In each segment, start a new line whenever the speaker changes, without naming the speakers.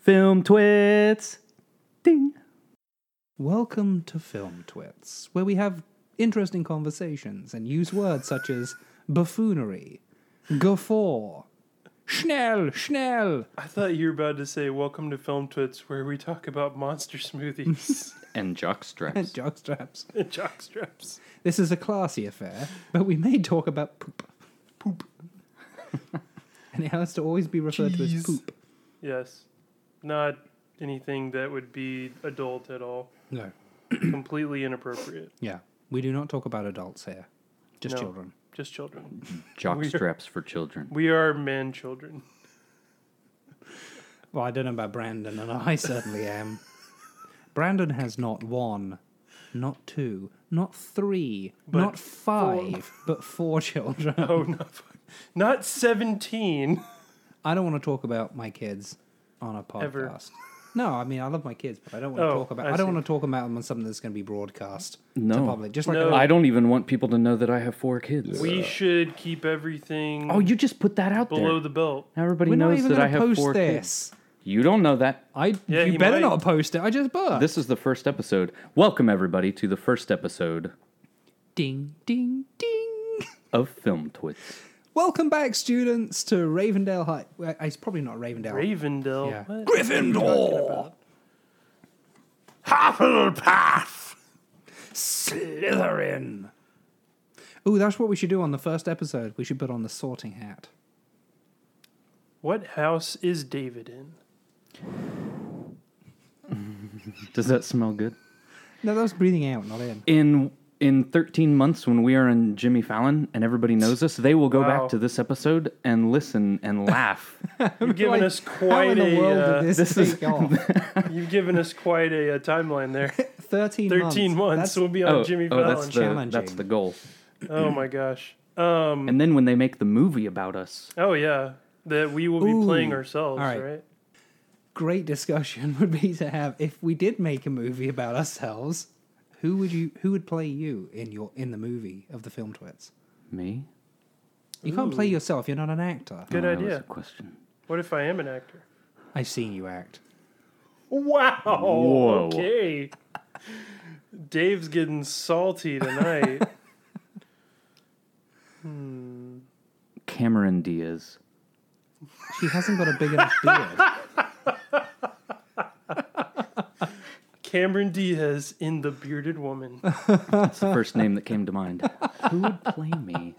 Film Twits. Ding.
Welcome to Film Twits, where we have interesting conversations and use words such as buffoonery, guffaw, schnell, schnell.
I thought you were about to say, Welcome to Film Twits, where we talk about monster smoothies
and jockstraps.
Jockstraps.
and jockstraps.
This is a classy affair, but we may talk about poop. Poop. and it has to always be referred to as
Jeez.
poop.
Yes. Not anything that would be adult at all.
No.
Completely inappropriate.
Yeah. We do not talk about adults here, just
No.
children.
Just children.
Jockstraps for children.
We are man children.
Well, I don't know about Brandon, and I certainly am. Brandon has not one, not two, not three, not five, but four children.
Oh, not, not 17.
I don't want to talk about my kids on a podcast.
Ever.
No, I mean I love my kids, but I don't want to
Oh,
talk about. I,
I
don't
see.
want to talk about them on something that's going to be broadcast to
No.
public. Just like
No.
I,
I don't even want people to know that I have four kids.
We should keep everything
oh, you just put that out
below
there.
the belt.
now everybody
we're not
knows
even
that I
going to
have
post
four kids.
this.
You don't know that.
I
Yeah,
you
you
better
might.
not post it. I just burst.
This is the first episode. Welcome everybody to the first episode
ding ding ding.
of Film Twits.
Welcome back, students, to Ravendale High. Well, it's probably not Ravendale.
Ravendell.
Yeah.
Oh, What?
Gryffindor, Hufflepuff, Slytherin. Ooh, that's what we should do on the first episode. We should put on the sorting hat.
What house is David in?
Does that smell good?
No, that was breathing out, not in.
In in 13 months when we are in Jimmy Fallon and everybody knows us, they will go
Wow.
back to this episode and listen and laugh.
You've given
Like,
us
How in
quite
the
a.
world
uh,
did this,
this is-
take off?
You've given us quite a, uh timeline there.
13,
13 months.
That's-
we'll be on
oh,
Jimmy
oh,
Fallon.
that's the,
Challenging.
that's the goal.
Oh my gosh. Um.
And then when they make the movie about us,
Oh yeah. That we will be
Ooh.
playing ourselves,
All right.
right.
great discussion would be to have if we did make a movie about ourselves. Who would you? Who would play you in your in the movie of the film twits?
me?
You can't play yourself. You're not an actor.
Good
Oh, That was
idea.
a question.
What if I am an actor?
I've seen you act.
Wow.
Whoa.
Okay. Dave's getting salty tonight.
Cameron Diaz.
She hasn't got a big enough beard.
Cameron Diaz in The Bearded Woman.
That's the first name that came to mind. Who would play me?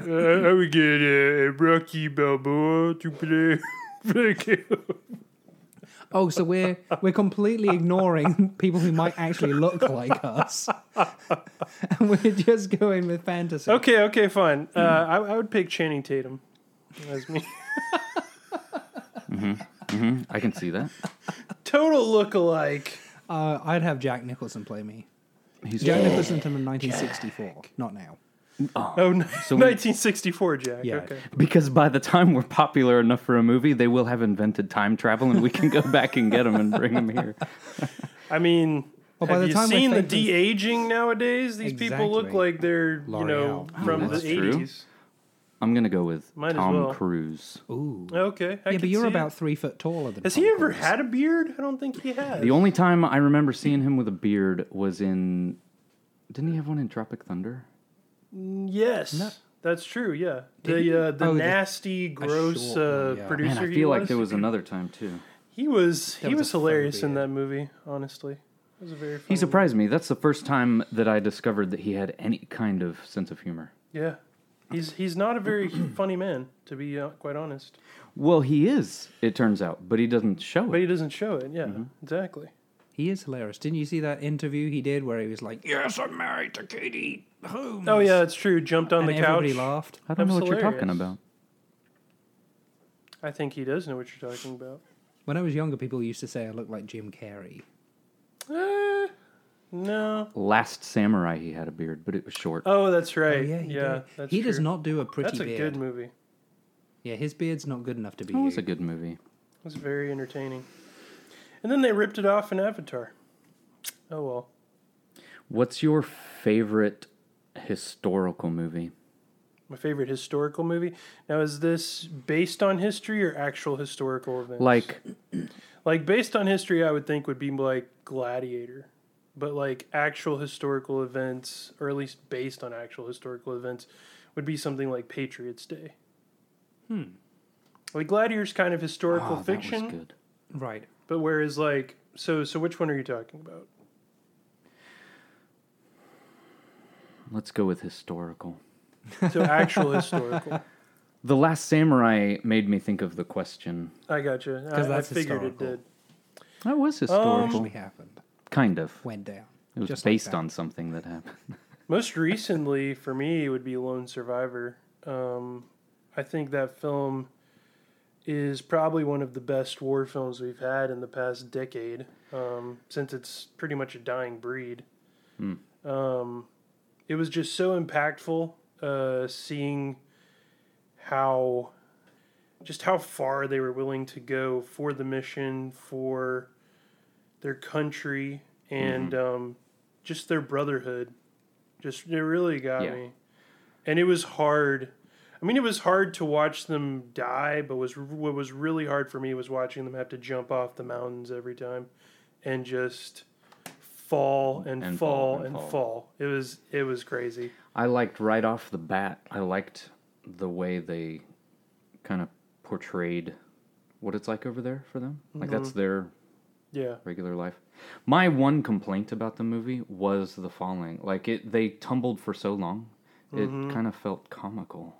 Uh, I would get uh, Rocky Balboa to play.
Oh, so we're we're completely ignoring people who might actually look like us, and we're just going with fantasy.
okay, okay, fine. Uh, I, I would pick Channing Tatum as me.
Hmm? I can see that.
Total look-alike.
Uh, I'd have Jack Nicholson play me.
He's
Jack Nicholson from 1964, not now.
Oh, no.
So we-
1964, Jack.
Yeah.
Okay.
because by the time we're popular enough for a movie, they will have invented time travel, and we can go back and get him and bring him here.
I mean,
Well, by
have
the
you
time we're
seen the
thinking-
de aging nowadays? These people look
Exactly.
like they're you know
L'Oreal. Mm,
from the
that's true.
eighties.
I'm gonna go with
Might as
Tom
well.
Cruise.
Ooh.
Okay, I
yeah, but
can
you're
see
about
It.
three foot taller than.
Has
Tom
he ever
Cruise.
had a beard? I don't think he has.
The only time I remember seeing him with a beard was in. Didn't he have one in Tropic Thunder?
yes, that's true. Yeah, the uh, the
Oh, the-
nasty, gross
short
uh,
one, yeah.
producer.
Man, I
he
feel
was.
like there was another time too.
he was he
was
was,
a fun
hilarious in
beard.
that movie. Honestly, it was a very.
He
funny
surprised me. That's the first time that I discovered that he had any kind of sense of humor.
Yeah, he's he's not a very funny man to be uh, quite honest,
Well, he is. It turns out, but he doesn't show
but
it.
he doesn't show it. Yeah,
Mm-hmm.
exactly.
He is hilarious. Didn't you see that interview he did where he was like, "Yes, I'm married to Katie Holmes,"
Oh yeah, it's true. Jumped on
and
the couch.
everybody laughed.
I don't know
That's
what you're talking
hilarious.
about.
I think he does know what you're talking about.
When I was younger, people used to say I looked like Jim Carrey.
Eh, no.
Last Samurai, he had a beard, but it was short.
Oh, that's right.
Oh,
yeah,
yeah, he, did.
that's
he does
true.
not do a pretty
That's a
beard.
good movie.
Yeah, his beard's not good enough to be.
That was
you.
a good movie.
It's very entertaining. And then they ripped it off in Avatar. Oh well.
What's your favorite historical movie?
My favorite historical movie. Now, is this based on history or actual historical events?
Like oh,
like based on history, I would think would be like Gladiator, but like actual historical events, or at least based on actual historical events, would be something like Patriots Day. Hmm. Like Gladiator's kind of
oh,
historical
that
fiction,
was good.
Right.
but whereas like so so which one are you talking about?
Let's go with historical.
So actual historical.
The Last Samurai made me think of the question.
I got you. I,
'Cause that's
I figured
historical.
it did.
That
Oh.
was historical,
Actually happened.
kind of.
Went down.
It was
Just like
based
that.
on something that happened.
Most recently for me would be Lone Survivor. Um, I think that film is probably one of the best war films we've had in the past decade, um, since it's pretty much a dying breed. Um, it was just so impactful uh, seeing how just how far they were willing to go for the mission, for their country, and um, just their brotherhood. Just it really got
Yeah.
me, and it was hard. I mean, it was hard to watch them die, but was what was really hard for me was watching them have to jump off the mountains every time, and just fall and,
And
fall, and fall. It was it was crazy.
I liked right off the bat. I liked the way they kind of portrayed what it's like over there for them. Like that's
Mm-hmm.
their
Yeah,
regular life. My one complaint about the movie was the falling. Like it they tumbled for so long. It
Mm-hmm.
kind of felt comical.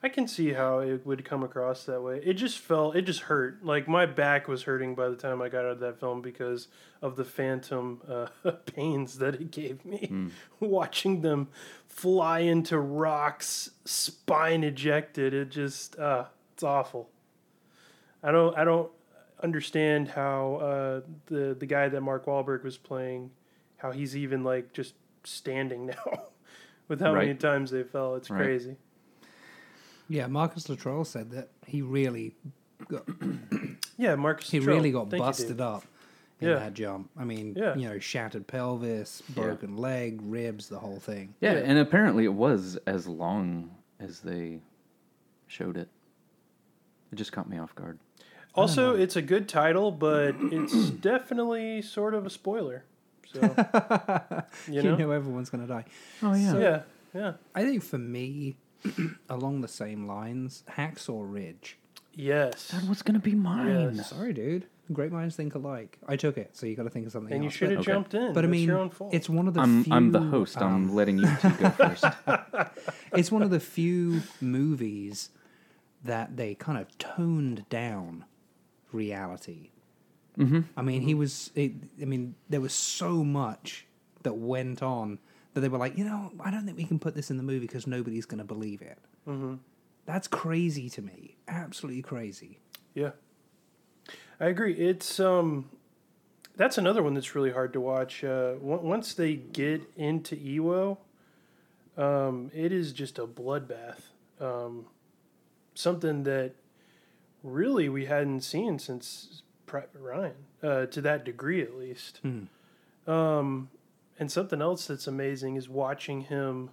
I can see how it would come across that way. It just felt it just hurt. Like my back was hurting by the time I got out of that film because of the phantom uh, pains that it gave me
Hmm.
watching them fly into rocks, spine ejected. It just uh, it's awful. I don't I don't understand how uh, the the guy that Mark Wahlberg was playing, how he's even like just standing now, with how many
Right.
times they fell. It's
Right.
crazy.
Yeah, Marcus Luttrell said that he really
Yeah, Marcus.
he
Luttrell.
really got
Thank you,
busted
Dave.
up in
Yeah.
that jump. I mean,
Yeah.
you know, shattered pelvis, broken leg, ribs, the whole thing.
Yeah, and apparently it was as long as they showed it. It just caught me off guard.
Also, it's a good title, but it's definitely sort of a spoiler. So, you know,
everyone's going to die.
Oh yeah.
yeah, yeah,
I think for me, along the same lines, Hacksaw Ridge.
yes.
that was going to be mine.
Yes.
Sorry, dude. Great minds think alike. I took it, so you got to think of something.
And you
else.
should have
Okay.
jumped in.
But, but I
That's
mean,
your own fault.
it's one of the
I'm
few,
I'm the host.
um,
I'm letting you two go first.
it's one of the few movies that they kind of toned down reality. I mean, he was. It, I mean, there was so much that went on that they were like, you know, I don't think we can put this in the movie because nobody's going to believe it. That's crazy to me. Absolutely crazy.
yeah, I agree. It's um, that's another one that's really hard to watch. Uh, on- once they get into Ewo, um, it is just a bloodbath. Um, something that really we hadn't seen since Private Ryan, uh, to that degree at least. Um, and something else that's amazing is watching him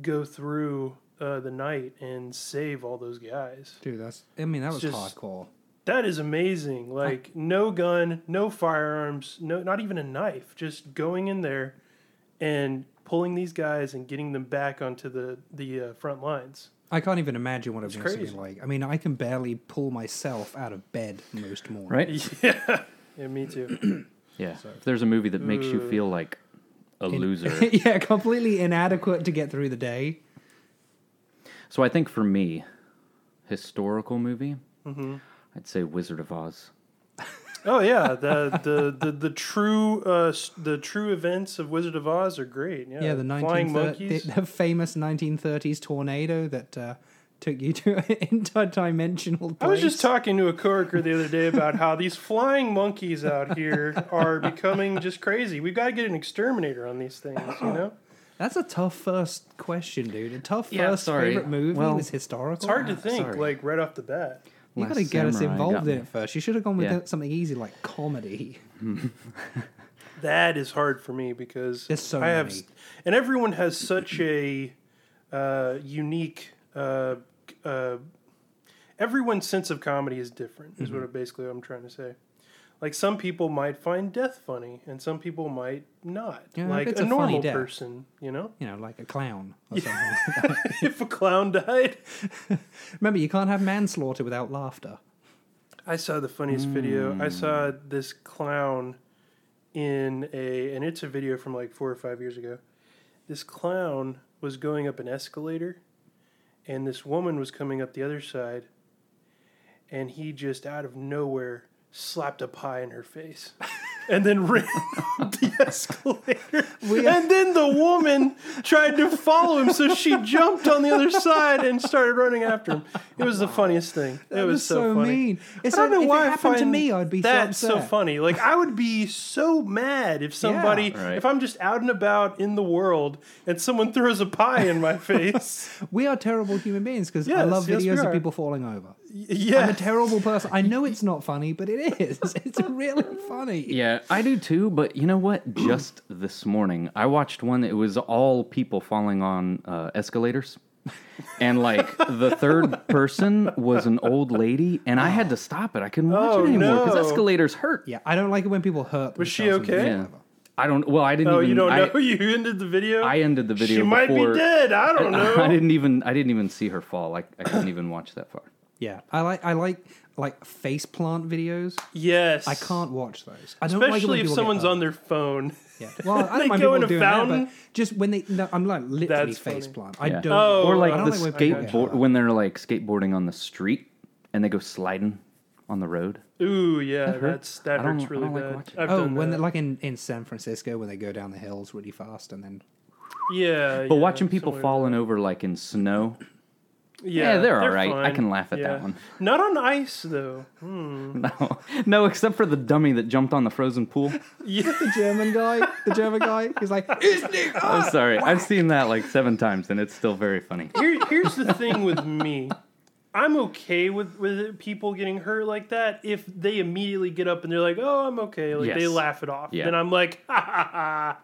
go through uh, the night and save all those guys.
Dude, that's. I mean, that was
It's just-
hardcore.
That is amazing. Like no gun, no firearms, no not even a knife. Just going in there and pulling these guys and getting them back onto the the uh, front lines.
I can't even imagine what it must have
crazy.
been like. I mean, I can barely pull myself out of bed most mornings.
Right?
Yeah, yeah, me too.
Yeah. If there's a movie that makes you
Uh,
feel like a loser.
yeah, completely inadequate to get through the day.
so I think for me, historical movie,
Mm-hmm.
I'd say Wizard of Oz.
Oh yeah, the the the, the true uh, s- the true events of Wizard of Oz are great. Yeah,
Yeah, the uh,
flying
1930s, the,
monkeys.
the famous 1930s tornado that uh, took you to an interdimensional place.
I was just talking to a coworker the other day about how these flying monkeys out here are becoming just crazy. We've got to get an exterminator on these things, you know?
That's a tough first question, dude. A tough
Yeah,
first
sorry.
favorite movie
Well,
was historical.
It's hard to think
sorry.
like right off the bat.
You got to
Last
get us
Samurai
involved
got
in
me.
it first. You should have gone with
Yeah.
something easy like comedy.
That is hard for me because
There's so
I have,
many.
and everyone has such a uh, unique. Uh, uh, everyone's sense of comedy is different. Is
Mm-hmm.
what it, basically what I'm trying to say. Like some people might find death funny, and some people might not.
Yeah, if
like
it's
a,
a funny
normal
death.
person, you know.
You know, like a clown or something.
if a clown died,
Remember, you can't have manslaughter without laughter.
I saw the funniest video. I saw
Mm.
this clown in a, and it's a video from like four or five years ago. This clown was going up an escalator, and this woman was coming up the other side, and he just out of nowhere slapped a pie in her face. And then ran up the escalator. and then the woman tried to follow him, so she jumped on the other side and started running after him. It was the funniest thing. It was,
was
so,
so
funny.
mean. It's
I
like,
don't know
if it
why I
happened to
find
me, I'd be so
that's so
upset.
funny. Like I would be so mad if somebody,
Right.
if I'm just out and about in the world and someone throws a pie in my face.
We are terrible human beings because I
Yes,
love
yes, we
videos of
are.
people falling over. I'm
yeah,
a terrible person. I know it's not funny, but it is. It's really funny.
Yeah, I do too, but you know what? Just this morning, I watched one. It was all people falling on uh, escalators. And like the third person was an old lady, and I had to stop it. I couldn't watch
Oh,
it anymore because
no.
escalators hurt.
Yeah, I don't like it when people hurt.
Was she
themselves in
okay?
the
Yeah.
shower.
I don't. Well, I didn't.
Oh,
even,
you don't
I,
know. You ended the video.
I ended the video.
She might
before-
be dead. I don't know.
I didn't even. I didn't even see her fall. I, I couldn't even watch that far.
Yeah, I like I like like face plant videos.
yes,
I can't watch those. I don't like it when
Especially if
people get
someone's
hurt.
on their phone.
Yeah. Well, I don't
They
mind
go
people
in a
doing that,
fountain.
but just when they, no, I'm like literally
That's
face
funny.
plant. I
Yeah.
don't.
Oh,
Or like
I don't
the
like when people-
skateboard when they're like skateboarding on the street and they go sliding on the road.
Ooh, yeah,
hurts.
that's that
I don't-
hurts
I
really
don't like
bad.
watching
I've
Oh,
done
when
that.
they're like in, in San Francisco when they go down the hills really fast and then
yeah,
But
yeah,
watching people
similar to
falling over like in snow,
Yeah,
Yeah, they're all right. I can laugh at that
Yeah.
one.
Not on ice though.
no, no, except for the dummy that jumped on the frozen pool.
the German guy, the German guy, he's like, "Isn't it
I'm Oh, sorry, I've seen that like seven times and it's still very funny.
Here, here's the thing with me. I'm okay with, with people getting hurt like that if they immediately get up and they're like, "Oh, I'm okay." Like they
Yes.
laugh it off,
Yeah.
and I'm like, "Ha ha ha!"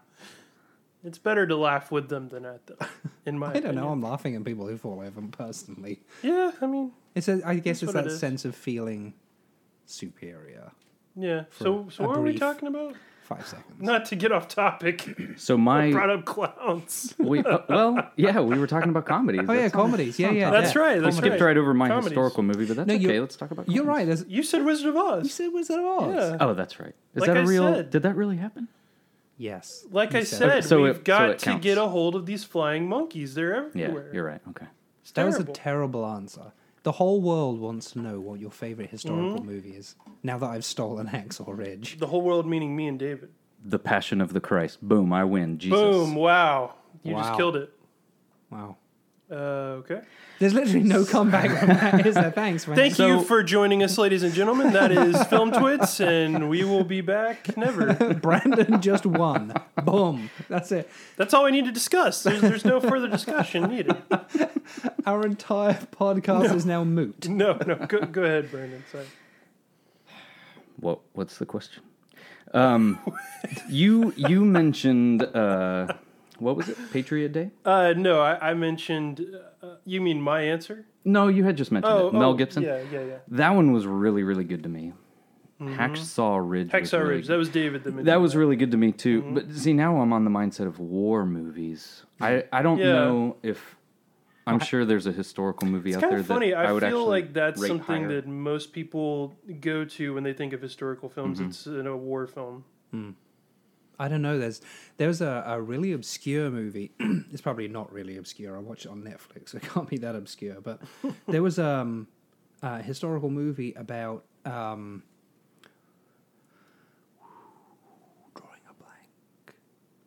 It's better to laugh with them than at them, in my.
I don't know. I'm laughing at people who fall over personally.
Yeah, I mean,
It's a, I guess it's
what it
that
is.
sense of feeling superior.
yeah. So, so
a
what were we
brief-
talking about?
Five seconds.
Not to get off topic.
So
I brought
my,
up clowns.
we, uh, well, yeah, we were talking about comedies.
Oh yeah, comedies. Yeah, yeah.
That's
yeah.
right.
I
That's
skipped
right.
right over my
Comedies.
historical movie, but that's
No,
okay.
you're-
Let's talk about.
You're
comedies.
right. There's, you
You said Wizard of Oz.
said Wizard of Oz.
Yeah.
Oh, that's right. Is
Like
that a
I
real?
said.
Did that really happen?
Yes.
Like
You
I
said-
said,
Okay, so
we've
it- so
got
it
to
counts.
get a hold of these flying monkeys. They're
Yeah,
everywhere.
you're right. Okay.
It's
That was a
terrible.
terrible answer. The whole world wants to know what your favorite
Mm-hmm.
historical movie is. Now that I've stolen Hacksaw Ridge.
the whole world meaning me and David.
The Passion of the Christ. Boom! I win. Jesus.
Boom! Wow, you
Wow.
just killed it.
Wow.
Uh, okay.
There's literally no comeback from that, is there? Thanks, man.
Thank
So-
you for joining us, ladies and gentlemen. That is Film Twits, and we will be back never.
Brandon just won. Boom. That's it.
That's all we need to discuss. There's, there's no further discussion needed.
Our entire podcast is now moot.
No, no. Go, go ahead, Brandon. Sorry.
What What's the question? Um, you you mentioned uh, what was it? Patriot Day?
Uh, no, I, I mentioned. Uh, you mean my answer?
No, you had just mentioned
Oh,
it. Mel
oh,
Gibson.
Yeah, yeah, yeah.
That one was really really good to me. Hacksaw Ridge. was
Mm-hmm. Hacksaw
really
Ridge. Mm-hmm. That was David. That, mentioned
That was really good to me too. But see, now I'm on the mindset of war movies. I I don't
Yeah.
know if I'm sure there's a historical movie
It's
out
kind
there
of funny.
that I,
I,
would
feel
actually
like that's
rate
something
higher.
that most people go to when they think of historical films.
Mm-hmm.
It's you know, a war film.
I don't know. There's there was a, a really obscure movie. it's probably not really obscure. I watched it on Netflix. It can't be that obscure. But there was um, a historical movie about um, drawing a blank.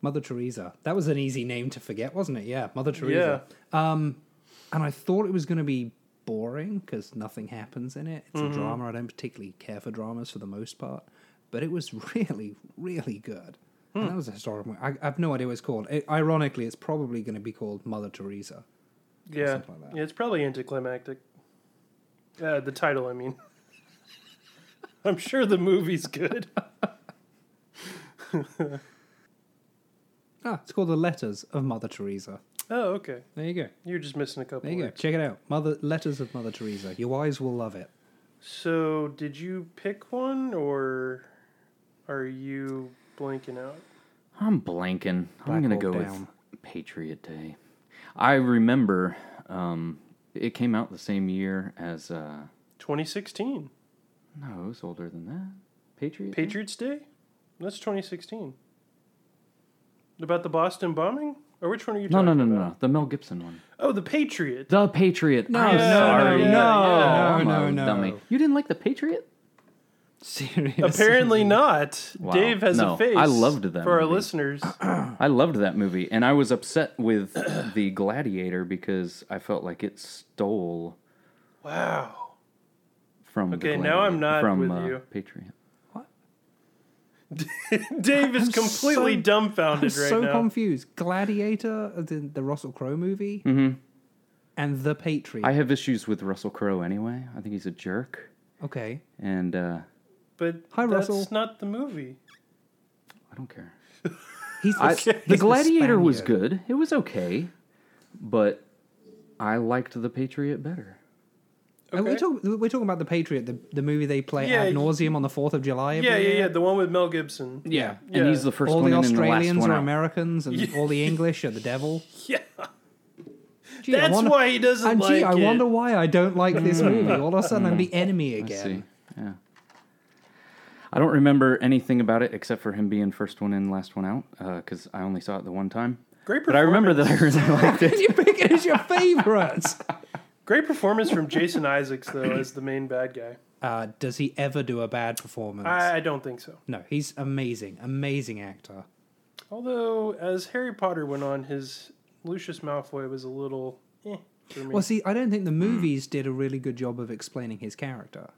Mother Teresa. That was an easy name to forget, wasn't it? Yeah, Mother Teresa. Um, and I thought it was going to be boring because nothing happens in it. It's a drama. I don't particularly care for dramas for the most part, but it was really, really good. And that was a historical. I, I have no idea what it's called. I ironically, it's probably going to be called Mother Teresa.
Yeah.
something like that.
yeah, it's probably anticlimactic. Uh, the title, I mean. I'm sure the movie's good.
Ah, it's called The Letters of Mother Teresa.
Oh, okay.
There you go.
You're just missing a couple.
There you go.
words.
Check it out. Mother Letters of Mother Teresa. Your eyes will love it.
So, did you pick one, or are you blanking out?
I'm blanking.
Black
I'm going to
Hawk
go
Down.
with Patriot Day. I remember um, it came out the same year as. Uh,
2016,
no, it was older than that. Patriot. Day?
Patriots Day. That's 2016. About the Boston bombing, or which one are you?
No,
talking
no, no, no,
about?
no. The Mel Gibson one.
Oh, the Patriot.
The Patriot.
No,
I'm
no,
sorry.
no, no,
I'm
no,
a
no.
Dummy. You didn't like the Patriot?
Seriously.
Apparently not.
Wow.
Dave has
No,
a face.
I loved that
For our
movie.
listeners,
I loved that movie, and I was upset with the Gladiator because I felt like it stole
wow.
from. the
Okay, now I'm
Gladiator-
not
from,
with
uh,
you.
Patriot.
Dave is
I'm
completely
so-
dumbfounded
I'm
right
so
now.
confused. Gladiator, the, the Russell Crowe movie, and The Patriot.
Mm-hmm. I have issues with Russell Crowe anyway. I think he's a jerk,
okay.
and uh,
but
Hi,
that's
Russell.
not the movie.
I don't care.
He's
I,
he's
the Gladiator was
Spaniard.
good. It was okay, but I liked the Patriot
And
better.
Okay.
We're, talk, we're talking about The Patriot, the, the movie they play
Yeah,
ad nauseum on the 4th of July. every
Yeah, yeah,
year.
yeah. The one with Mel Gibson.
Yeah, and
Yeah.
he's the first
all
one
the
in and the last
Australians
one
are
out.
Americans, and all the English are the devil.
Yeah.
Gee, I
That's
wonder-
why he doesn't
And
like
gee, I
it. Hmm.
wonder why I don't like this movie. All of a sudden, I'm the enemy
I
again.
See, yeah. I don't remember anything about it except for him being first one in, last one out, because I only saw it the one time.
Great
But I remember that I
performance.
really liked it.
you pick it as your favorite.
Great performance from Jason Isaacs though as the main bad guy.
Uh, does he ever do a bad performance?
I, I don't think so.
no, he's amazing, amazing actor.
Although as Harry Potter went on, his Lucius Malfoy was a little. Eh, for me.
Well, see, I don't
Hmm.
think the movies did a really good job of explaining his character.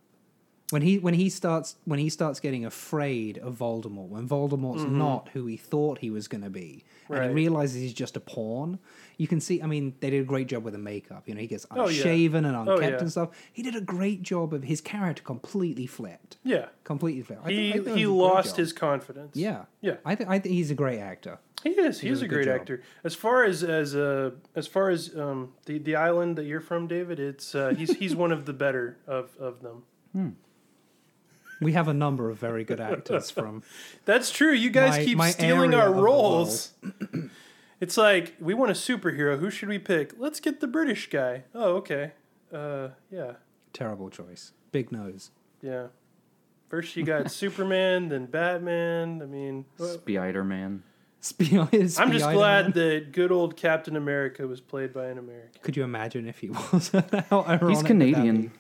When he when he starts when he starts getting afraid of Voldemort, when Voldemort's not who he thought he was going to be, and
Mm-hmm. Right.
he realizes he's just a pawn, you can see. I mean, they did a great job with the makeup. You know, he gets
Oh, yeah.
unshaven and
Oh,
unkempt
yeah.
and stuff. He did a great job of his character completely flipped,
yeah,
completely flipped. I
he
think- I think it
he
was a great
lost
job.
his confidence.
yeah
Yeah.
I think I think he's a great actor.
He is. He
does
is
a
a
good
great
job.
actor. As far as as uh as far as um the the island that you're from, David, it's uh, he's he's one of the better of of them.
We have a number of very good actors from
That's true. You guys
My-
keep
my
stealing
area
our
of the
roles. it's like we want a superhero. Who should we pick? Let's get the British guy. Oh, okay. Uh, yeah,
terrible choice. Big nose.
yeah. First you got Superman, then Batman. I mean, well,
Spider Man.
Spion-
I'm just
Spider-Man.
glad that good old Captain America was played by an American.
Could you imagine if he was? How ironic would
He's
that
Canadian.
be?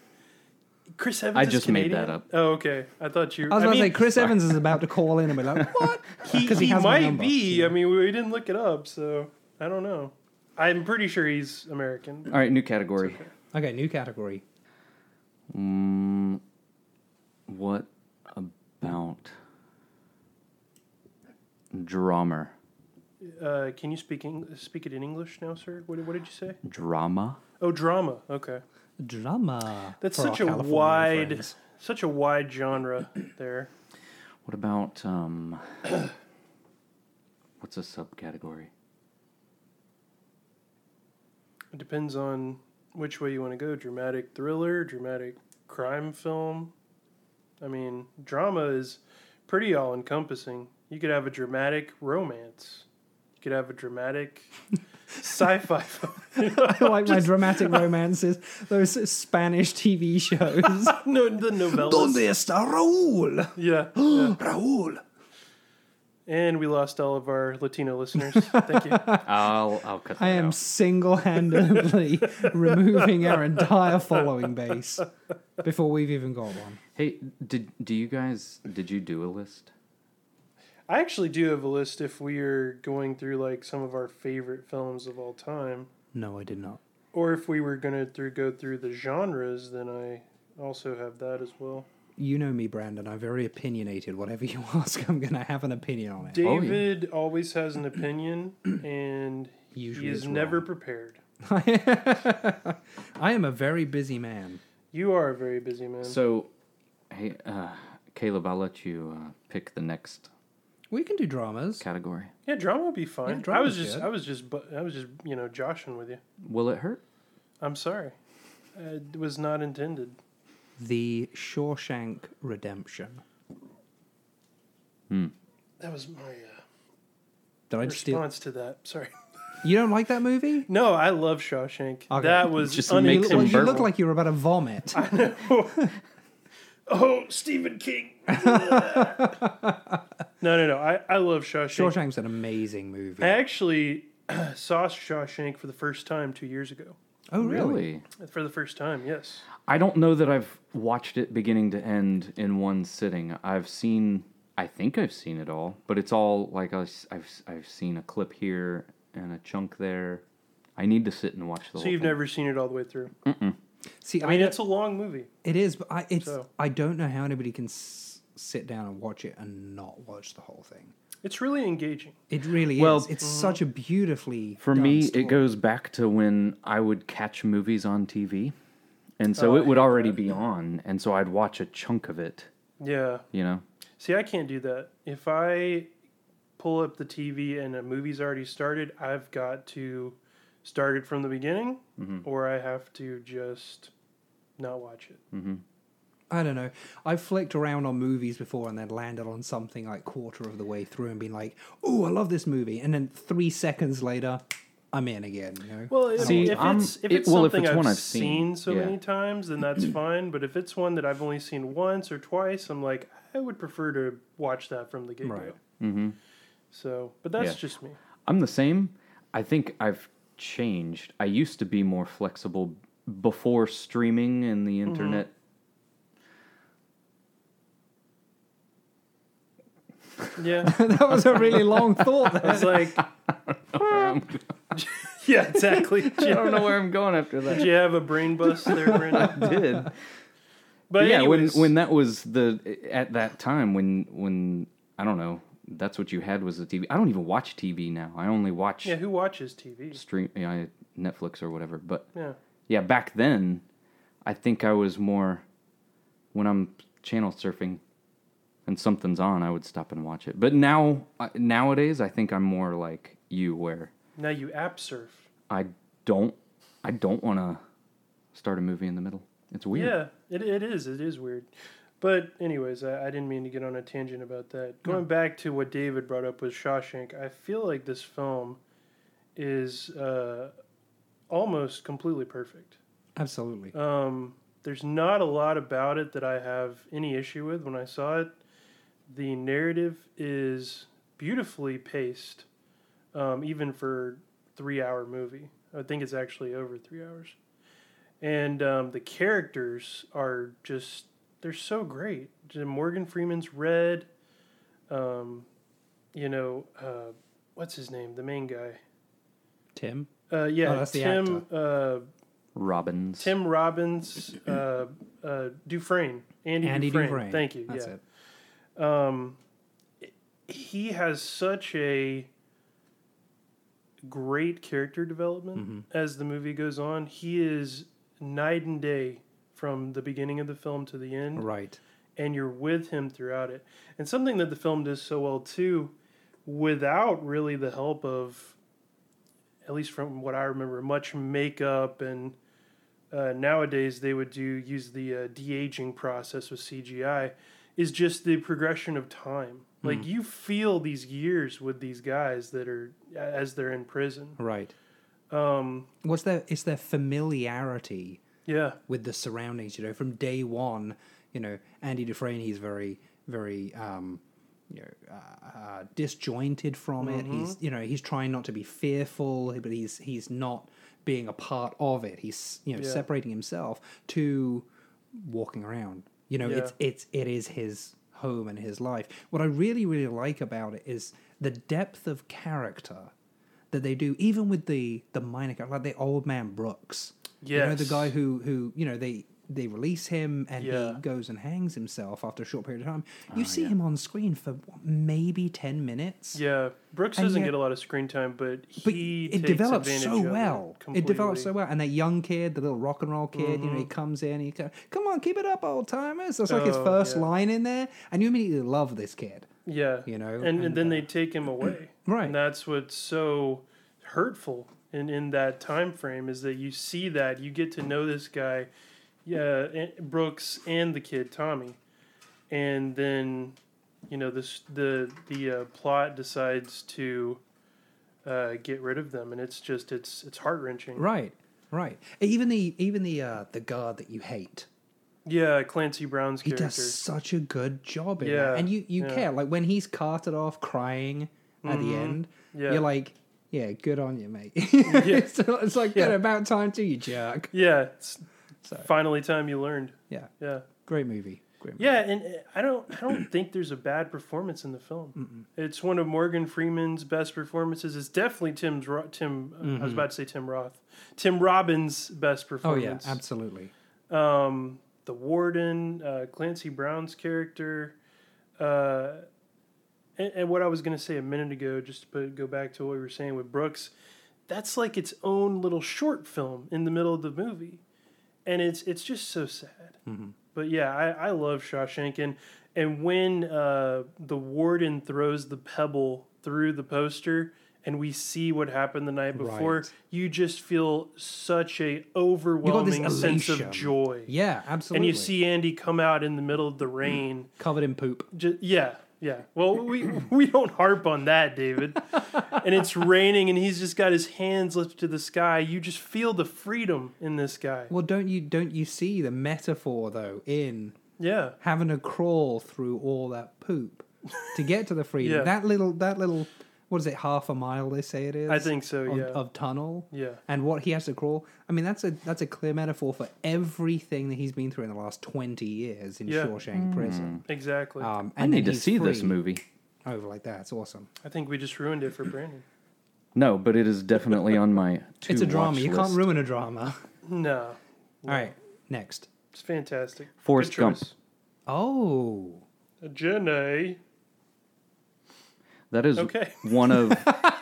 Chris Evans.
I
is
just made that
Canadian?
up.
Oh, okay. I thought you.
I was
I
about
mean,
to say Chris Evans is about to call in and be like, "What?"
he,
'Cause
he
has my
might
number.
be. I mean, we didn't look it up, so I don't know. I'm pretty sure he's American.
All right, new category.
Okay, new category.
Mm, what about drama?
Uh, can you speak Eng- speak it in English now, sir? What, what did you say?
Drama?
Oh, drama. Okay,
Drama.
that's
for
such a
our Californian
wide,
friends.
such a wide genre there.
What about um? what's a subcategory?
It depends on which way you want to go: dramatic thriller, dramatic crime film. I mean, drama is pretty all encompassing. You could have a dramatic romance. You could have a dramatic sci-fi film.
I like my dramatic romances. Those Spanish TV shows.
No, the novellas.
está Raúl?
Yeah, yeah.
Raúl.
And we lost all of our Latino listeners. Thank you.
I'll I'll cut. That
I am
out.
single-handedly removing our entire following base before we've even got one.
Hey, did do you guys did you do a list?
I actually do have a list if we are going through like some of our favorite films of all time,
No, I did not.
or if we were going to through go through the genres, then I also have that as well.
You know me, Brandon. I'm very opinionated. Whatever you ask, I'm going to have an opinion on it.
yeah.
David always has an opinion, and
Usually
he is
it's wrong.
never prepared.
I am a very busy man.
You are a very busy man.
So, hey, uh, Caleb, I'll let you uh, pick the next
We can do dramas.
category.
Yeah, drama would be fine. I
drama's
was just,
good.
I was just, bu- I was just, you know, joshing with you.
Will it hurt?
I'm sorry. It was not intended.
The Shawshank Redemption.
That was my uh,
Did I just steal?
response to that. Sorry.
You don't like that movie?
No, I love Shawshank.
Okay.
That was
Just
just
You,
makes
look-
him
well, you
burp.
look like you're about to vomit.
Oh, Stephen King. no, no, no. I, I love Shawshank.
Shawshank's an amazing movie.
I actually saw Shawshank for the first time two years ago.
Oh, really?
For the first time, yes.
I don't know that I've watched it beginning to end in one sitting. I've seen, I think I've seen it all, but it's all like I s- I've, s- I've seen a clip here and a chunk there. I need to sit and watch the
So
whole
you've
thing.
never seen it all the way through.
See,
I
I
mean,
don't-
it's a long movie.
It is, but I it's
So-
I don't know how anybody can s- sit down and watch it and not watch the whole thing.
It's really engaging.
It really
Well,
is. It's such a beautifully
For
done
me,
story.
it goes back to when I would catch movies on TV. And so it would already be on. And so I'd watch a chunk of it,
Yeah.
you know?
See, I can't do that. If I pull up the TV and a movie's already started, I've got to start it from the beginning,
Mm-hmm.
or I have to just not watch it.
I don't know. I've flicked around on movies before and then landed on something like quarter of the way through and been like, "Oh, I love this movie," and then three seconds later, I'm in again. You know?
Well, if,
See,
if
I'm-
it's if
it-
it's
well, if
something
it's
I've,
one I've
seen,
seen,
so
yeah.
many times, then that's fine. But if it's one that I've only seen once or twice, I'm like, I would prefer to watch that from the get go.
Right.
So, but that's
Mm-hmm. Yeah.
just me.
I'm the same. I think I've changed. I used to be more flexible before streaming and the internet.
Yeah,
that was a really long thought. there.
it's like, yeah, exactly. Did
I
you,
don't know where I'm going after
did
that.
you have a brain bust there, Brandon?
I did.
But
yeah,
anyways.
when when that was the at that time when when I don't know, that's what you had was the TV. I don't even watch TV now. I only watch
Yeah, who watches TV?
stream yeah, Netflix or whatever. But
Yeah.
yeah, back then, I think I was more when I'm channel surfing and something's on, I would stop and watch it. But now, I- nowadays, I think I'm more like you, where
Now you app surf.
I don't, I don't want to start a movie in the middle. It's weird.
Yeah, it, it is. It is weird. But anyways, I, I didn't mean to get on a tangent about that. Going back to what David brought up with Shawshank, I feel like this film is uh, almost completely perfect.
Absolutely.
Um, there's not a lot about it that I have any issue with when I saw it. The narrative is beautifully paced, um, even for three hour movie. I think it's actually over three hours, and um, the characters are just they're so great. Morgan Freeman's red, um, you know, uh, what's his name, the main guy?
Tim.
Uh, yeah,
Oh, that's the
Tim. uh,
Robbins.
Tim Robbins, uh, uh, Dufresne, Andy,
Andy
Dufresne.
Dufresne.
Thank you.
That's
yeah.
it.
Um, he has such a great character development
Mm-hmm.
as the movie goes on. He is night and day from the beginning of the film to the end
Right.
and you're with him throughout it. And something that the film does so well too, without really the help of, at least from what I remember, much makeup and uh, nowadays they would do use the uh, de aging process with CGI, is just the progression of time.
Mm-hmm.
Like you feel these years with these guys that are as they're in prison.
Right.
Um,
What's their? It's their familiarity
yeah,
with the surroundings. You know, from day one, you know, Andy Dufresne, he's very, very, um, you know, uh, uh, disjointed from it. He's,
Mm-hmm.
you know, he's trying not to be fearful, but he's he's not being a part of it. He's, you know,
Yeah.
separating himself to walking around. You know, it's it's it is his home and his life. What I really really like about it is the depth of character that they do, even with the the minor character, like the old man Brooks. You know, the
Yes.
guy who who you know they they release him and
Yeah. Oh,
he goes and hangs himself after a short period of time. You see him on screen for what, maybe ten minutes.
yeah. Brooks
And
doesn't
yet-
get a lot of screen time, but
But
he
it
takes
develops so
advantage of
well. It,
completely. Mm-hmm.
develops so well, and that young kid, the little rock and roll kid, you know, he comes in, he goes, "Come on, keep it up, old timers." That's like his
Oh,
first
yeah.
line in there, and you immediately love this kid.
Yeah.
you know,
And, and,
and, uh,
then they take him away.
Right.
And that's what's so hurtful in, in that time frame is that you see that, you get to know this guy, yeah, and- Brooks and the kid Tommy. And then, you know, this the the uh, plot decides to uh, get rid of them and it's just it's it's heart-wrenching.
right, right. Even the even the uh, the guard that you hate,
Yeah, Clancy Brown's
he
character.
does such a good job in that,
Yeah,
and you you
yeah. Mm-hmm.
care like when he's carted off crying at the end.
Yeah.
You're like, yeah, good on you, mate. it's, it's like good
Yeah.
about time too, you jerk.
Yeah, it's
So-
finally time you learned.
Yeah,
Yeah.
great movie. Great movie.
Yeah, and uh, I don't I don't think there's a bad performance in the film. It's one of Morgan Freeman's best performances. It's definitely Tim's Ro- Tim uh, I was about to say Tim Roth. Tim Robbins' best
Mm-hmm. Oh yeah,
performance.
absolutely.
um the warden, uh, Clancy Brown's character uh and, and what I was going to say a minute ago just to put, go back to what we were saying with Brooks, that's like its own little short film in the middle of the movie. And it's it's just so sad
Mm-hmm.
but yeah, I, I love Shawshank, and and when uh, the warden throws the pebble through the poster, and we see what happened the night before,
Right.
you just feel such a overwhelming sense of
elation.
joy,
Yeah, absolutely.
and you see Andy come out in the middle of the rain.
covered in poop.
Ju- yeah, yeah. Well, we we don't harp on that, David. and it's raining, and he's just got his hands lifted to the sky. You just feel the freedom in this guy.
Well, don't you don't you see the metaphor though in
Yeah,
having to crawl through all that poop to get to the freedom?
Yeah.
That little that little what is it? Half a mile they say it is.
I think so.
of,
Yeah,
of tunnel.
yeah.
And what he has to crawl. I mean, that's a that's a clear metaphor for everything that he's been through in the last twenty years in
Yeah.
Shawshank Prison.
Exactly.
Um,
I
and
need
then
to
he's
see this
free
movie.
Over like that. It's awesome.
I think we just ruined it for Brandon.
No, but it is definitely on my. To
it's a drama.
watch
You
list.
can't ruin a drama.
No,
all right, next.
it's fantastic.
Forrest
Good choice.
Oh,
Jenny.
That is
Okay.
one of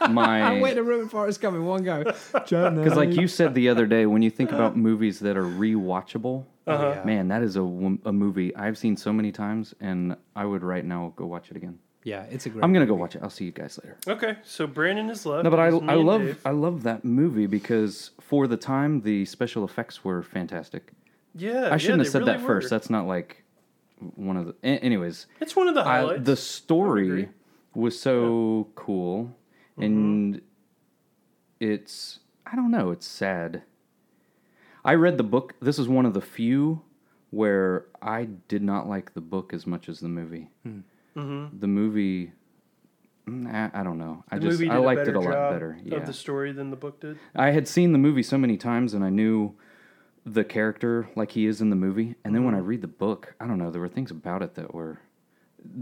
my.
way to ruin Forrest Gump in one go. Because
Because, like you said the other day, when you think about movies that are rewatchable,
Uh-huh. Yeah.
man, that is a, wo- a movie I've seen so many times, and I would right now go watch it again.
yeah, it's a great.
I'm gonna go watch it. I'll see you guys later.
Okay, so Brandon is left.
No, but I,
It's me
I
and
love
Dave.
I love that movie because for the time the special effects were fantastic.
Yeah,
I shouldn't
yeah,
have
they
said
really
that first.
were.
That's not like one of the. a- Anyways,
it's one of the
I,
highlights.
the
agree.
story was so cool,
Mm-hmm.
and it's I don't know. It's sad. I read the book. This is one of the few where I did not like the book as much as the movie. The movie, mm, I, I don't know. I
Mm-hmm. The
just
movie
I
did
liked
better
it a lot
job
better. Yeah.
of the story than the book did.
I had seen the movie so many times and I knew the character like he is in the movie. And then when I
Mm-hmm.
read the book, I don't know, there were things about it that were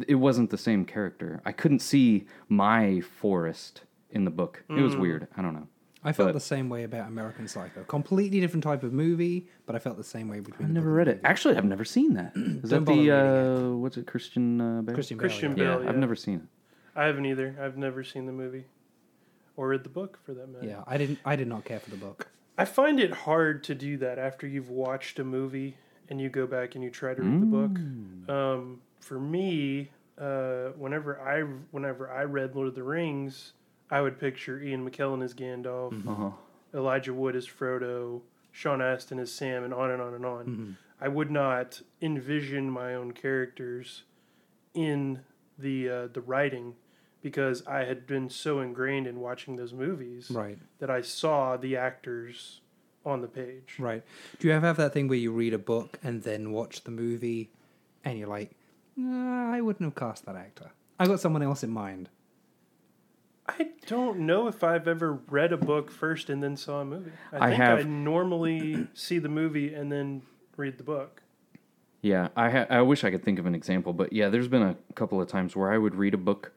it wasn't the same character. I couldn't see my Forrest in the book. It
Mm.
was weird. I don't know.
I felt
But-
the same way about American Psycho. Completely different type of movie, but I felt the same way between.
I've
the
never
book
read it. Actually, I've never seen that. Is
Don't
that
bother
the
reading
uh, what's it Christian uh, Bale?
and Christian Bale.
Christian
yeah.
Bale.
yeah,
Bale,
I've
yeah.
never seen it.
I haven't either. I've never seen the movie or read the book for that matter.
Yeah, I didn't. I did not care for the book.
I find it hard to do that after you've watched a movie and you go back and you try to read the book. Um, for me, uh, whenever I whenever I read Lord of the Rings, I would picture Ian McKellen as Gandalf,
Uh-huh.
Elijah Wood as Frodo, Sean Astin as Sam, and on and on and on. I would not envision my own characters in the uh, the writing because I had been so ingrained in watching those movies
Right,
that I saw the actors on the page.
right. Do you ever have that thing where you read a book and then watch the movie, and you're like, nah, I wouldn't have cast that actor. I got someone else in mind.
I don't know if I've ever read a book first and then saw a movie. I,
I
think I
have-
normally see the movie and then read the book.
Yeah, I ha- I wish I could think of an example, but yeah, there's been a couple of times where I would read a book,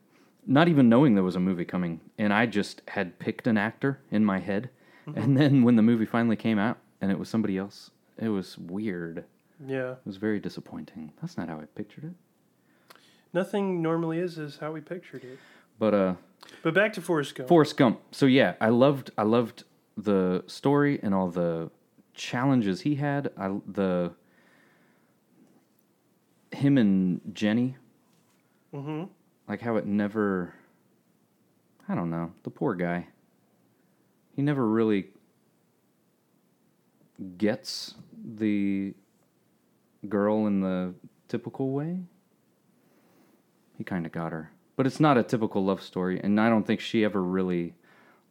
not even knowing there was a movie coming, and I just had picked an actor in my head, and then when the movie finally came out and it was somebody else, it was weird. It
Yeah.
was very disappointing. That's not how I pictured it.
Nothing normally is is how we pictured it.
But uh,
But back to Forrest Gump.
Forrest Gump. So yeah, I loved I loved the story and all the challenges he had. I the him and Jenny. like how it never I don't know, the poor guy. He never really gets the girl in the typical way. He kind of got her. But it's not a typical love story and I don't think she ever really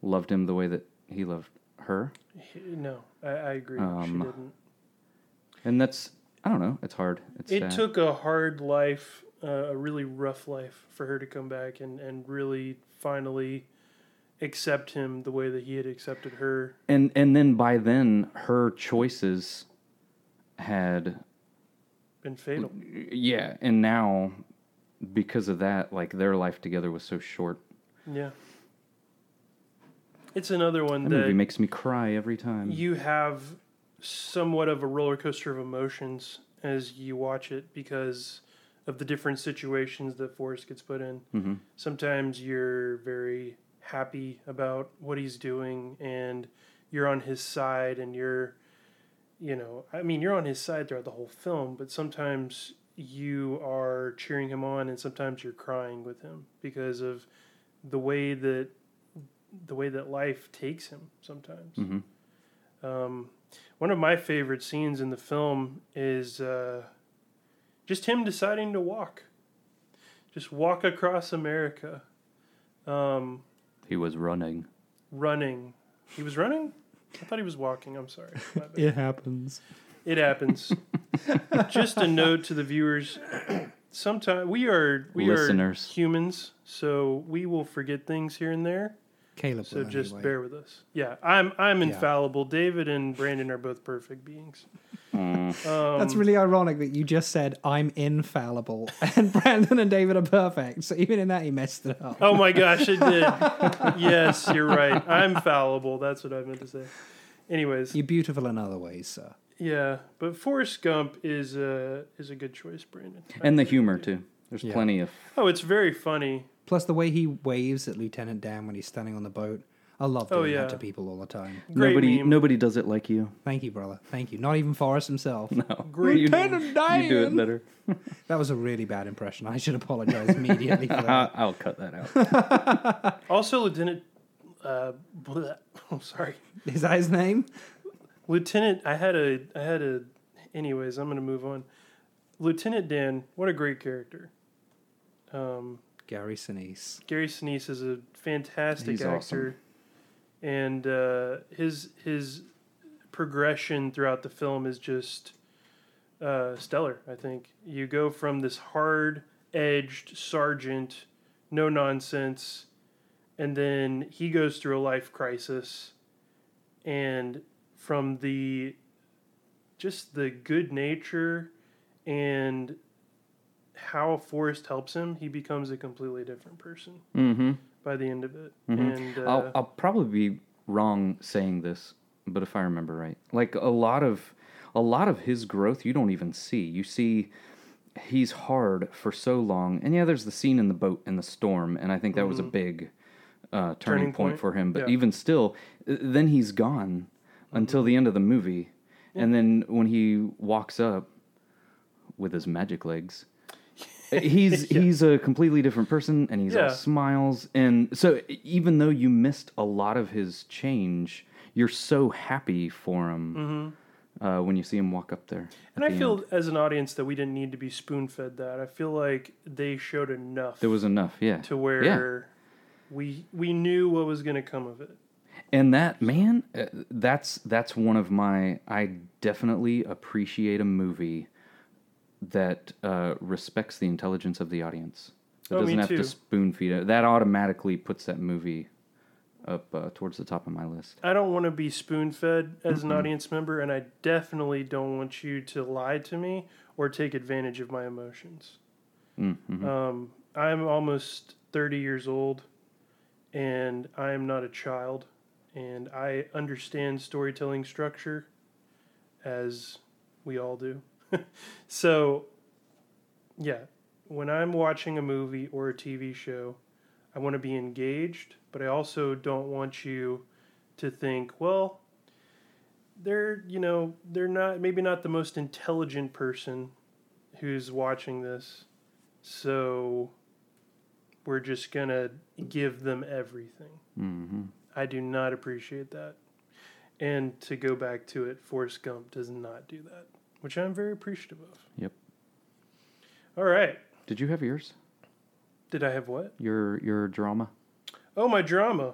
loved him the way that he loved her.
He- No, I, I agree. she
Um,
didn't.
And that's I don't know, it's hard. It's
It
sad.
took a hard life, uh, a really rough life, for her to come back and, and really finally accept him the way that he had accepted her.
and and then by then her choices had
Been fatal.
yeah and now because of that like their life together was so short
Yeah. It's another one
that
that
movie makes me cry every time
you have somewhat of a roller coaster of emotions as you watch it because of the different situations that Forrest gets put in.
Mhm.
Sometimes you're very happy about what he's doing and you're on his side and you're, you know, I mean, you're on his side throughout the whole film, but sometimes you are cheering him on and sometimes you're crying with him because of the way that the way that life takes him sometimes.
Mhm.
Um, one of my favorite scenes in the film is uh, just him deciding to walk, just walk across America, um,
he was running
running. He was running. I thought he was walking. I'm sorry. My bad.
It happens.
It happens. just a note to the viewers. Sometimes we are we
Listeners.
are humans, so we will forget things here and there.
Caleb.
So
will
just
anyway.
bear with us. Yeah, I'm I'm
Yeah.
infallible. David and Brandon are both perfect beings. Um,
That's really ironic that you just said I'm infallible and Brandon and David are perfect. So even in that, he messed it up.
Oh my gosh, it did. yes, you're right. I'm fallible. That's what I meant to say. Anyways,
You're beautiful in other ways, sir.
yeah, but Forrest Gump is a is a good choice, Brandon.
and the humor too there's
Yeah.
plenty of
Oh, it's very funny.
Plus the way he waves at Lieutenant Dan when he's standing on the boat. I love
Oh,
doing
yeah.
that to people all the time.
Great
nobody
meme.
nobody does it like you
Thank you, brother. Thank you. Not even Forrest himself.
no
Great
you,
Lieutenant
you do it
Dan!
better
That was a really bad impression. I should apologize immediately for that.
I, i'll cut that out
Also, Lieutenant. Uh, bleh, I'm sorry,
Is that his name?
Lieutenant. I had a I had a. Anyways, I'm gonna move on. Lieutenant Dan, what a great character. Um,
Gary Sinise.
Gary Sinise is a fantastic
He's
actor,
awesome.
and uh, his his progression throughout the film is just uh, stellar. I think you go from this hard edged sergeant, no nonsense, and then he goes through a life crisis, and from the just the good nature and how Forrest helps him, he becomes a completely different person
mm-hmm
by the end of it.
Mhm.
And uh,
I'll, I'll probably be wrong saying this, but if I remember right, like a lot of a lot of his growth, you don't even see. You see, he's hard for so long, and yeah, there's the scene in the boat in the storm, and I think that was a big uh, turning,
Mm-hmm. Turning
point,
point,
for him. But
yeah. Mm-hmm.
even still, th- then he's gone until the end of the movie, and then when he walks up with his magic legs. He's he's a completely different person, and he's
Yeah.
all smiles. And so, even though you missed a lot of his change, you're so happy for him uh, when you see him walk up there.
Mm-hmm. and
at
I
the
feel
end.
as an audience that we didn't need to be spoon fed that. I feel like they showed enough
there was enough, yeah.
to where we we knew what was going to come of it.
And that man, uh, that's that's one of my. I definitely appreciate a movie that uh, respects the intelligence of the audience. That
Oh, me
doesn't have
too.
to spoon feed it. That automatically puts that movie up uh, towards the top of my list.
I don't want to be spoon fed as an audience member, and I definitely don't want you to lie to me or take advantage of my emotions.
Mm-hmm. Uh,
Um, I'm almost 30 years old, and I am not a child, and I understand storytelling structure as we all do. so, yeah, when I'm watching a movie or a TV show, I want to be engaged, but I also don't want you to think, well, they're, you know, they're not maybe not the most intelligent person who's watching this. So we're just gonna give them everything.
Mm-hmm.
I do not appreciate that. And to go back to it, Forrest Gump does not do that, which I'm very appreciative of.
Yep.
All right.
Did you have yours?
Did I have what?
Your your drama?
Oh, my drama.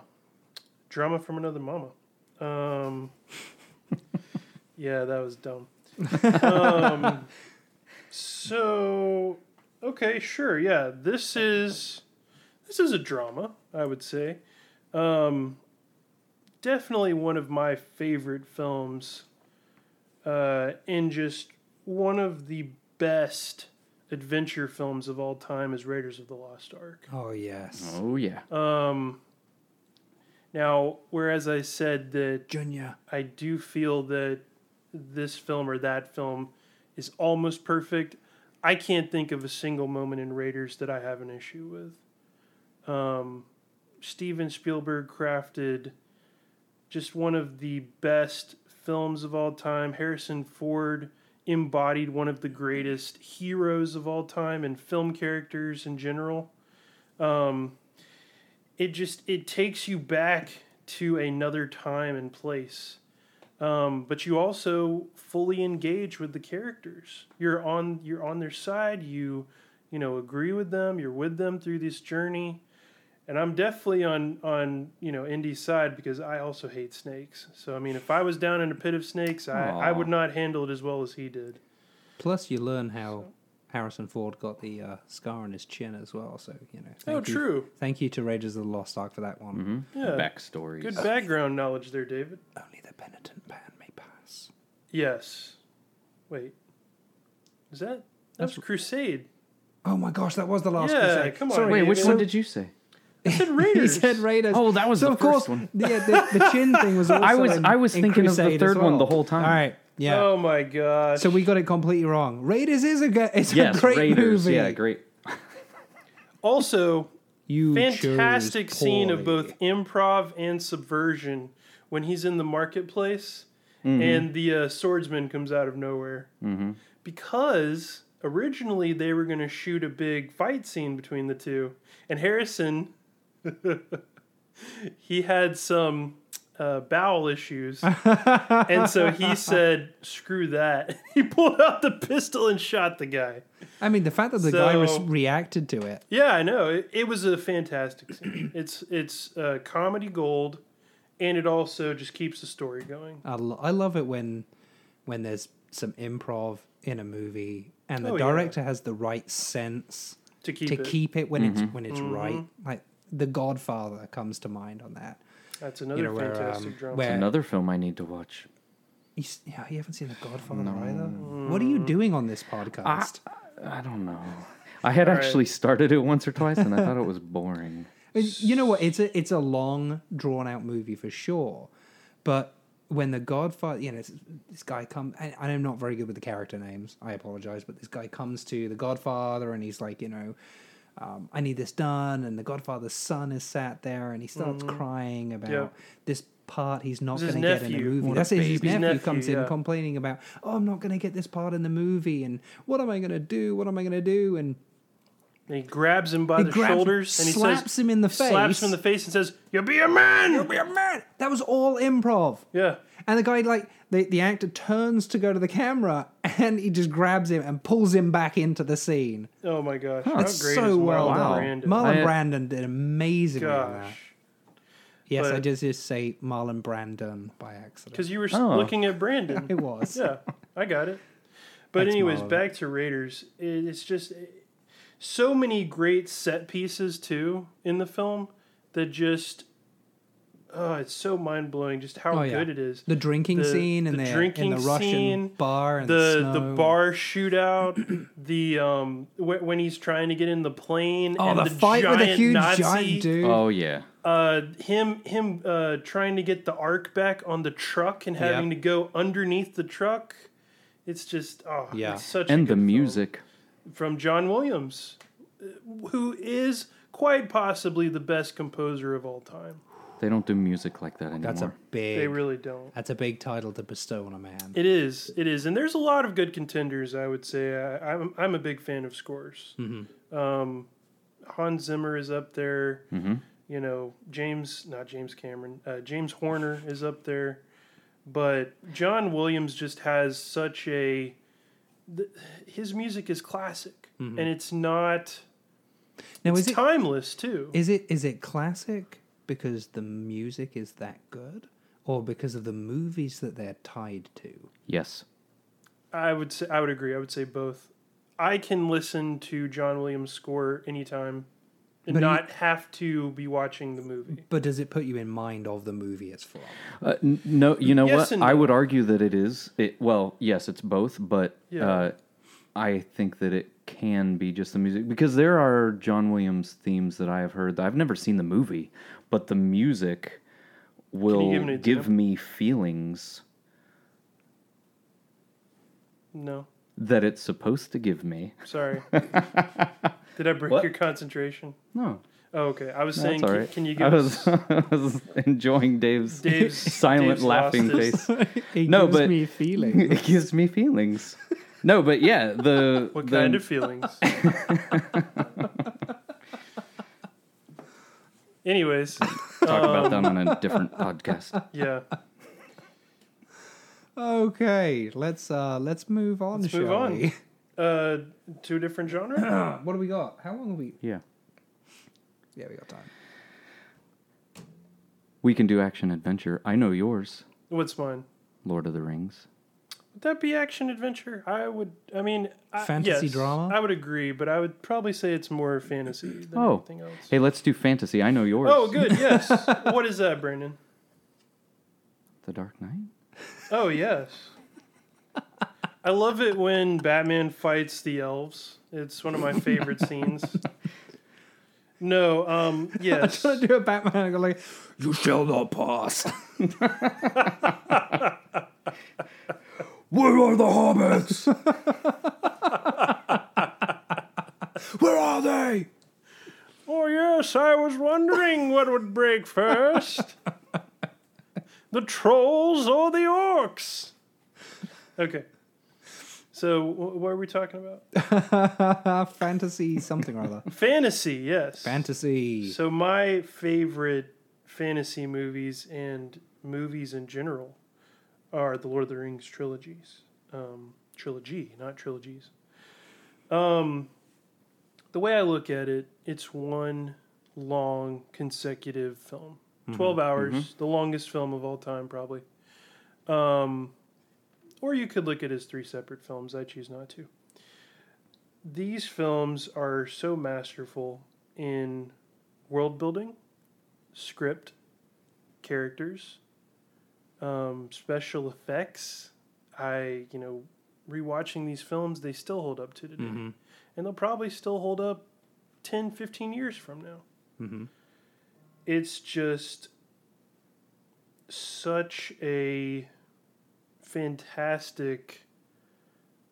Drama from another mama. Um, yeah, that was dumb. Um, so, okay, sure. Yeah, this is this is a drama, I would say. Um, definitely one of my favorite films, uh, and just one of the best adventure films of all time is Raiders of the Lost Ark.
Oh yes,
Oh yeah.
Um, now, whereas I said that
Junior.
I do feel that this film or that film is almost perfect, I can't think of a single moment in Raiders that I have an issue with. Um, Steven Spielberg crafted just one of the best films of all time. Harrison Ford embodied one of the greatest heroes of all time and film characters in general. Um, it just it takes you back to another time and place. Um, but you also fully engage with the characters. You're on you're on their side. You you know agree with them. You're with them through this journey. And I'm definitely on on you know Indy's side because I also hate snakes. So I mean, if I was down in a pit of snakes, I, I
Aw.
would not handle it as well as he did.
Plus, you learn how Harrison Ford got the uh, scar on his chin as well. So you know.
Oh,
thank you-
true.
Thank you to Raiders of the Lost Ark for that one.
Yeah.
Mm-hmm. Backstories.
Good background knowledge there, David.
Mm-hmm.
Only the penitent man may pass.
Yes. Wait. Is that that's Crusade?
Oh my gosh, that was the last.
Yeah,
Crusade.
come on,
Sorry,
Wait,
Maybe
which
it
one
was-
did you say?
I said
he
Raiders.
said Raiders.
Oh, that was
so
the
of course,
first one.
Yeah, the, the chin thing was. Also
I was-
in-
I was
in
thinking of the
Crusade as
third one
well.
the whole time.
All right, yeah.
Oh my god.
so we got it completely wrong. Raiders is a good, it's
yes,
a great
Raiders.
movie.
Yeah, great.
also,
You
fantastic
chose
scene of
poorly.
both improv and subversion when he's in the marketplace
Mm-hmm.
and the uh, swordsman comes out of nowhere. Because originally they were going to shoot a big fight scene between the two, and Harrison, he had some uh, bowel issues. and so he said, screw that. he pulled out the pistol and shot the guy.
I mean, the fact that the guy res-
So-
reacted to it.
Yeah, I know. It, it was a fantastic scene. It's it's uh, comedy gold, and it also just keeps the story going.
I, lo- I love it when when there's some improv in a movie and the
Oh, yeah.
director has the right sense
To keep
to
it. Mm-hmm.
keep it when
Mm-hmm.
it's when it's right. Like The Godfather comes to mind on that.
That's another
You know where,
fantastic
um,
drama.
where
Another film I need to watch.
you, s- yeah, you haven't seen The Godfather either.
Mm.
What are you doing on this podcast?
I don't know. I had
right.
actually started it once or twice, and I thought it was boring.
And you know what? It's a it's a long, drawn out movie for sure. But when the Godfather, you know, this, this guy comes, and and I'm not very good with the character names. I apologize, but this guy comes to the Godfather, and he's like, you know, um, I need this done. And the Godfather's son is sat there, and he starts crying about
Mm-hmm. Yeah.
this part he's not
It was
going
his
to get in the
nephew.
movie.
What a
That's it. His
baby. His
nephew,
nephew,
comes in
yeah.
complaining about, oh, I'm not going to get this part in the movie, and what am I going to do? What am I going to do? And
And he grabs him by
He
the
grabs-
shoulders and he
slaps
says,
him in the
slaps him in
face.
the face and says, "You'll be a man."
"You'll be a man. That was all improv.
yeah,
And the guy, like, the, the actor turns to go to the camera and he just grabs him and pulls him back into the scene.
Oh my gosh, how
That's
great
so
is
well
Marlon
done.
Brando?
Marlon
I-
Brandon did amazingly on that.
Gosh,
Yes, I
but-
just, just say Marlon Brandon by accident.
because you were s
Oh.
looking at Brandon.
It was.
yeah, I got it. But
That's
anyways,
Marlon.
back to Raiders. It- It's just it- so many great set pieces too in the film that just oh, it's so mind blowing just how
Oh, yeah.
good it is.
The drinking
The-
scene and
the
the, in
drinking
the Russian
scene,
bar and
the
the,
the
snow.
bar shootout, the um wh- when he's trying to get in the plane,
Oh,
and
the, fight with a huge
Nazi,
giant dude.
Oh yeah.
uh, him him uh, trying to get the arc back on the truck and having
Yep.
to go underneath the truck. It's just oh
Yeah.
it's such a
And the
good film.
music.
from John Williams, uh, who is quite possibly the best composer of all time.
They don't do music like that anymore.
That's a
They
big.
really don't.
That's a big title to bestow on a man.
It is. It is, and there's a lot of good contenders. I would say I, I'm I'm a big fan of scores. Um, Hans Zimmer is up there. You know, James, not James Cameron, uh, James Horner is up there. But John Williams just has such a. th- his music is classic, and it's not.
Now,
It's
is it
timeless too.
Is it is it classic because the music is that good, or because of the movies that they're tied to?
Yes.
I would say I would agree. I would say both. I can listen to John Williams' score anytime and
But he-
not have to be watching the movie.
But does it put you in mind of the movie it's from?
Uh, n- no, you know
Yes
what?
and
I
no.
would argue that it is. It well, yes, it's both, but
Yeah.
uh, I think that it can be just the music because there are John Williams themes that I have heard. That I've never seen the movie, but the music will
give an
give,
example?
me feelings
No,
that it's supposed to give me.
sorry. Did I break
What?
your concentration?
No,
Oh, okay. I was
no,
saying,
that's all
can,
right.
can you
I
give us
was, I was enjoying Dave's,
Dave's-
silent
Dave's
laughing
lost his-
face.
It
No,
gives
but-
me feeling.
it gives me feelings. No, but yeah, the
what
the-
kind of feelings? Anyways, um,
talk about that on a different podcast.
yeah.
Okay, let's uh let's move on.
Let's
shall
move on.
we? Ah,
Uh, two different genres.
what do we got? How long have we?
Yeah.
Yeah, we got time.
We can do action adventure. I know yours,
What's mine?
Lord of the Rings.
Would that be action adventure? I would. I mean, I,
Fantasy
yes,
drama?
I would agree, but I would probably say it's more fantasy than
Oh.
anything else.
Hey, let's do fantasy. I know yours.
Oh, good. Yes. what is that, Brandon?
The Dark Knight?
Oh, yes. I love it when Batman fights the elves. It's one of my favorite scenes. No. Um. Yes.
I do a Batman. I go like, you shall not pass.
Where are the hobbits?
Where are they?
Oh yes, I was wondering what would break first. the trolls or the orcs? Okay. So wh- what are we talking about?
Fantasy something or other.
Fantasy, yes.
Fantasy.
So my favorite fantasy movies and movies in general are the Lord of the Rings trilogies. Um, trilogy, not trilogies. Um, the way I look at it, it's one long consecutive film. 12 hours, the longest film of all time, probably. Um, or you could look at it as three separate films. I choose not to. These films are so masterful in world building, script, characters, um, special effects. I, you know, rewatching these films, they still hold up to today. And they'll probably still hold up 10, 15 years from now.
Mm-hmm.
It's just such a fantastic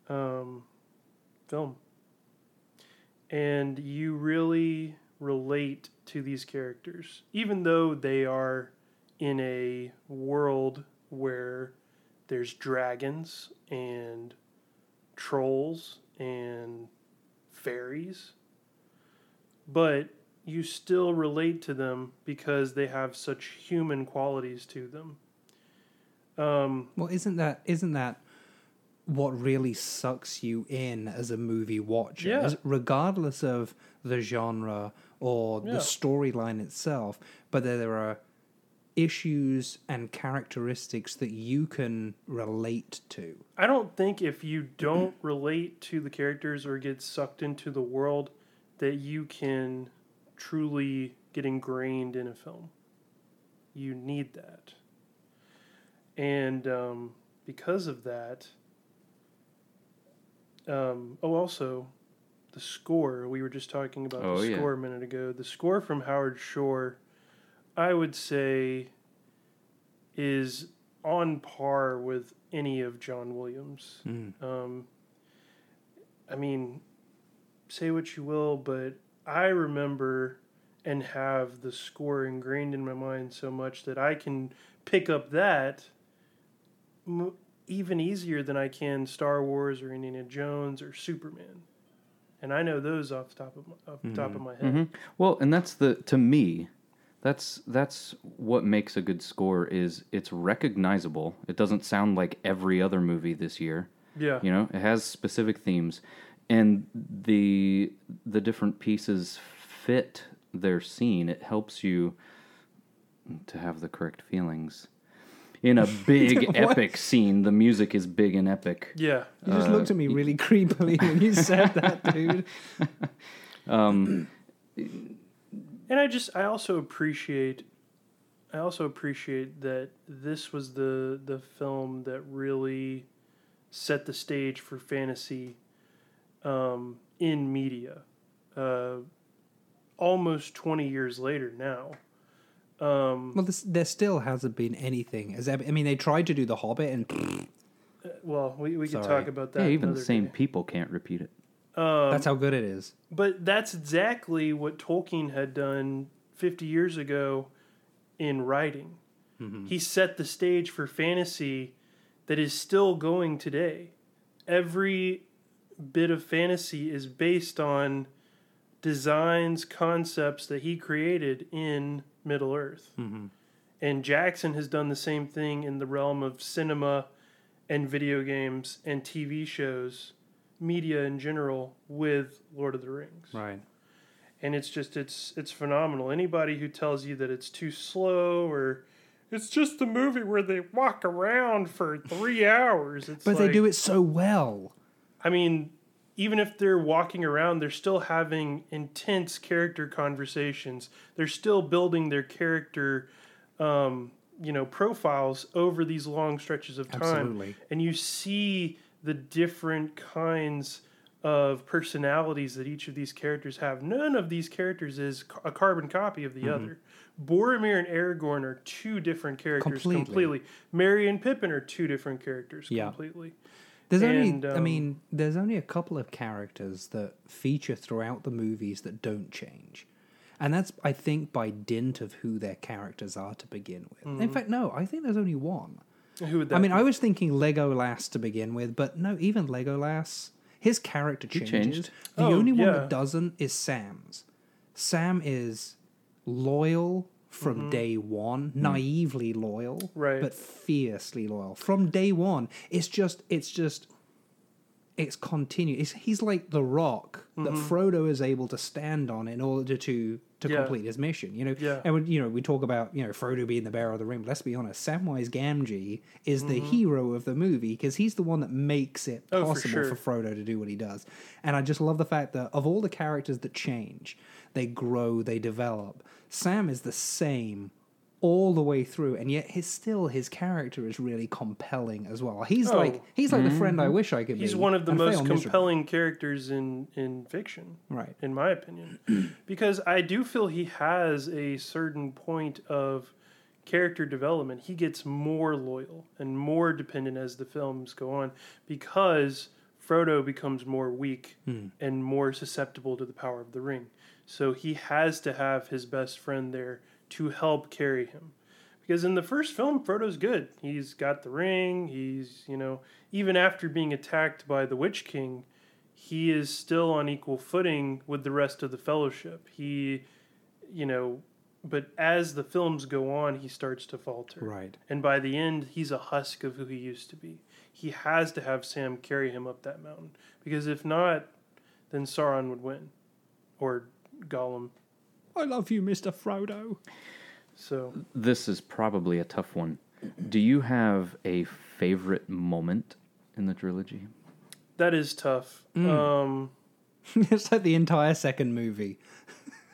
um, film. And you really relate to these characters, even though they are in a world where there's dragons and trolls and fairies. But you still relate to them because they have such human qualities to them. Um,
Well, isn't that isn't that what really sucks you in as a movie watcher?
Yeah.
Is- Regardless of the genre or
Yeah.
the storyline itself, but that there are issues and characteristics that you can relate to.
I don't think if you don't relate to the characters or get sucked into the world that you can truly get ingrained in a film. You need that. And um, because of that, um, oh, also the score. We were just talking about
Oh,
the
yeah.
score a minute ago. The score from Howard Shore, I would say, is on par with any of John Williams. Um, I mean, say what you will, but I remember and have the score ingrained in my mind so much that I can pick up that m- even easier than I can Star Wars or Indiana Jones or Superman. and I know those off the top of my, off the top of my head.
Mm-hmm. Well, and that's the to me, that's that's what makes a good score is it's recognizable. It doesn't sound like every other movie this year.
Yeah,
You know, it has specific themes and the the different pieces fit their scene. It helps you to have the correct feelings. In a big epic scene, the music is big and epic.
yeah.
You just looked at me really creepily when you said that, dude.
And I just I also appreciate I also appreciate that this was the the film that really set the stage for fantasy um, in media. Uh, almost twenty years later now. Um,
Well, this, there still hasn't been anything. As ever, I mean, they tried to do The Hobbit,
Um,
and
well, we, we could
Sorry.
talk about that.
Yeah, even the
another
same
day.
people can't repeat it.
that's how good it is.
But that's exactly what Tolkien had done 50 years ago in writing. He set the stage for fantasy that is still going today. Every bit of fantasy is based on designs, concepts that he created in Middle Earth. And Jackson has done the same thing in the realm of cinema and video games and TV shows, media in general, with Lord of the Rings.
Right.
And it's just it's it's phenomenal. Anybody who tells you that it's too slow or it's just a movie where they walk around for three hours. It's
But they
like-
do it so well.
I mean, even if they're walking around, they're still having intense character conversations. They're still building their character, um, you know, profiles over these long stretches of time.
Absolutely.
And you see the different kinds of personalities that each of these characters have. None of these characters is ca- a carbon copy of the
Mm-hmm.
other. Boromir and Aragorn are two different characters
Completely.
completely. Merry and Pippin are two different characters
Yeah.
completely.
There's
And,
only, I
um,
mean, there's only a couple of characters that feature throughout the movies that don't change. And that's, I think, by dint of who their characters are to begin with.
Mm-hmm.
In fact, no, I think there's only one.
Who would that
I mean, I was thinking Legolas to begin with, but no, even Legolas, his character changes.
changed.
The
Oh,
only one
yeah.
that doesn't is Sam's. Sam is loyal from day one, naively loyal,
Mm-hmm. Mm. Right.
but fiercely loyal from day one. It's just, it's just, it's continuous. He's like the rock that Frodo is able to stand on in order to to
Mm-hmm. Yeah.
complete his mission. You know,
Yeah.
and when, you know we talk about you know Frodo being the bearer of the ring. But let's be honest, Samwise Gamgee is the hero of the movie because he's the one that makes it
Mm-hmm. Oh, for
possible for
sure.
Frodo to do what he does. And I just love the fact that of all the characters that change, they grow, they develop. Sam is the same all the way through, and yet his still his character is really compelling as well. He's
Oh.
like he's like the friend I wish I could be.
He's one of the
and
most
fail miserably.
compelling characters in, in fiction,
Right.
in my opinion, because I do feel he has a certain point of character development. He gets more loyal and more dependent as the films go on because Frodo becomes more weak and more susceptible to the power of the ring. So he has to have his best friend there to help carry him. Because in the first film, Frodo's good. He's got the ring. He's, you know, even after being attacked by the Witch King, he is still on equal footing with the rest of the Fellowship. He, you know, but as the films go on, he starts to falter.
Right.
And by the end, he's a husk of who he used to be. He has to have Sam carry him up that mountain. Because if not, then Sauron would win. Or Gollum.
I love you, Mr. Frodo.
So,
This is probably a tough one. Do you have a favorite moment in the trilogy?
that is tough. Um,.
it's like the entire second movie.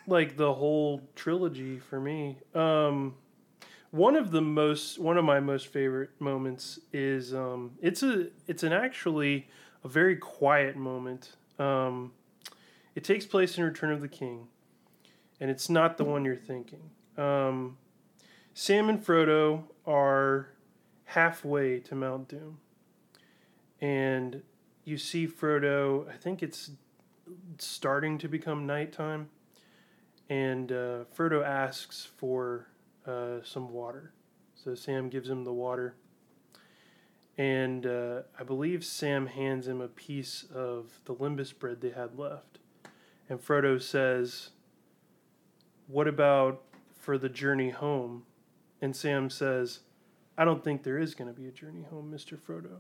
like the whole trilogy for me. Um, one of the most, one of my most favorite moments is um, it's a, it's an actually a very quiet moment. Um, it takes place in Return of the King, and it's not the one you're thinking. Um, Sam and Frodo are halfway to Mount Doom, and you see Frodo. I think it's starting to become nighttime and uh, Frodo asks for uh, some water. So Sam gives him the water, and uh, I believe Sam hands him a piece of the limbus bread they had left, and Frodo says, "What about for the journey home?" And Sam says, "I don't think there is going to be a journey home, Mister Frodo."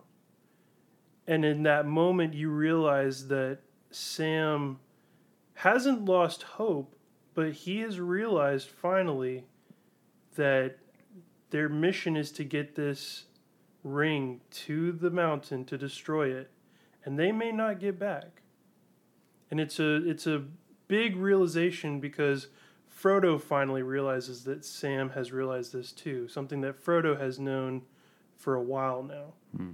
And in that moment, you realize that Sam hasn't lost hope, but he has realized finally that their mission is to get this ring to the mountain to destroy it, and they may not get back. And it's a it's a big realization because Frodo finally realizes that Sam has realized this too, something that Frodo has known for a while now.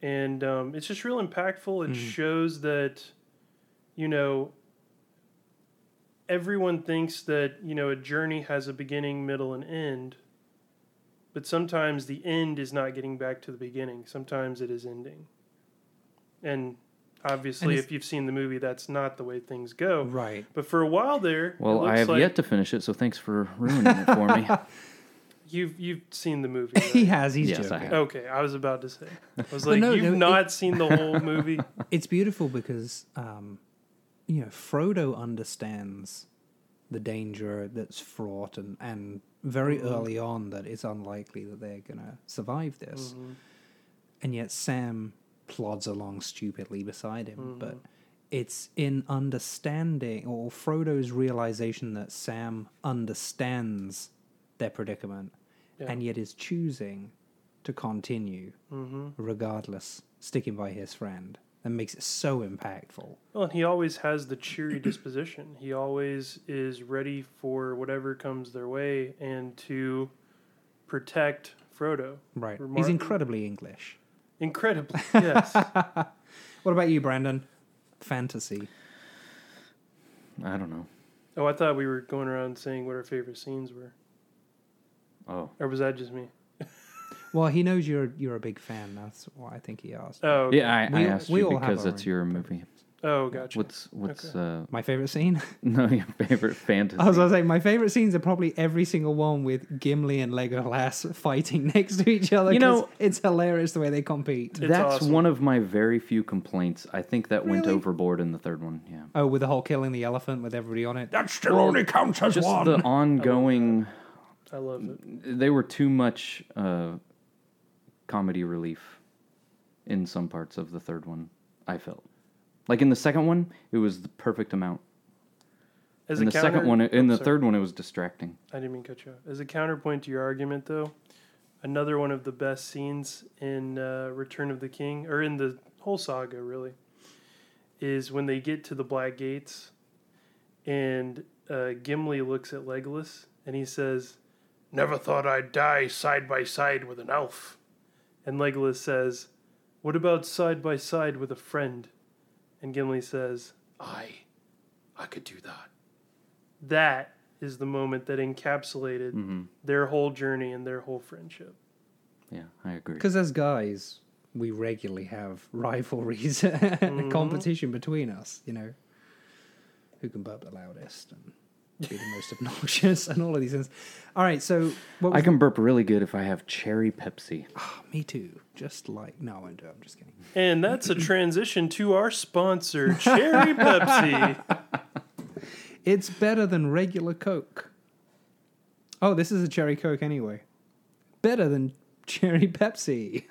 And um, it's just real impactful. It shows that, you know, everyone thinks that, you know, a journey has a beginning, middle, and end but sometimes the end is not getting back to the beginning. Sometimes it is ending. And obviously,
And it's-
if you've seen the movie, that's not the way things go.
Right.
But for a while there,
Well, I have yet to finish it, so thanks for ruining it for me.
You've you've seen the movie.
He
right?
has. He's
Yes,
joking.
I have.
Okay, I was about to say. I was like,
no,
you've
no, it-
not seen the whole movie.
It's beautiful because, um, you know, Frodo understands the danger that's fraught, and and very early on that it's unlikely that they're gonna survive this,
Mm-hmm.
and yet Sam plods along stupidly beside him, but. It's in understanding, or Frodo's realization that Sam understands their predicament, and yet is choosing to continue
Mm-hmm.
regardless, sticking by his friend. That makes it so impactful.
Well, and he always has the cheery disposition. He always is ready for whatever comes their way and to protect Frodo.
Right. He's
Remark-
incredibly English.
Incredibly, yes.
What about you, Brandon? Fantasy.
I don't know.
Oh, I thought we were going around saying what our favorite scenes were.
Oh,
Or was that just me?
Well, he knows you're you're a big fan. That's why I think he asked.
Oh, okay.
yeah, I, I
We-
asked
we
you
all have
because
our
it's
own
your movie.
Oh, gotcha.
What's what's uh,
My favorite scene?
no your favorite fantasy?
I was gonna say my favorite scenes are probably every single one with Gimli and Legolas fighting next to each other.
You
'cause
know-
it's hilarious the way they compete.
It's
That's
awesome.
one of my very few complaints. I think that went
Really?
overboard in the third one. Yeah.
Oh, with the whole killing the elephant with everybody on it. That still only counts as
Just
one.
the ongoing.
I love it.
They were too much uh, comedy relief in some parts of the third one. I felt like in the second one, it was the perfect amount.
As
in
a
the
counter,
second one, in
oh,
the
sorry.
third one, it was distracting.
I didn't mean to cut you off. As a counterpoint to your argument, though, another one of the best scenes in uh, Return of the King, or in the whole saga, really, is when they get to the Black Gates and uh, Gimli looks at Legolas and he says, Never thought I'd die side by side with an elf. And Legolas says, What about side by side with a friend? And Gimli says, I, I could do that. That is the moment that encapsulated their whole journey and their whole friendship.
Yeah, I agree.
Because as guys, we regularly have rivalries
Mm-hmm.
and competition between us, you know, who can burp the loudest and be the most obnoxious and all of these things. All right, so what
I
was
can burp really good if I have cherry Pepsi.
me too, just like no, I won't do it. I'm just kidding.
And that's a transition to our sponsor, Cherry Pepsi.
It's better than regular Coke. Oh, this is a cherry Coke anyway. Better than cherry Pepsi.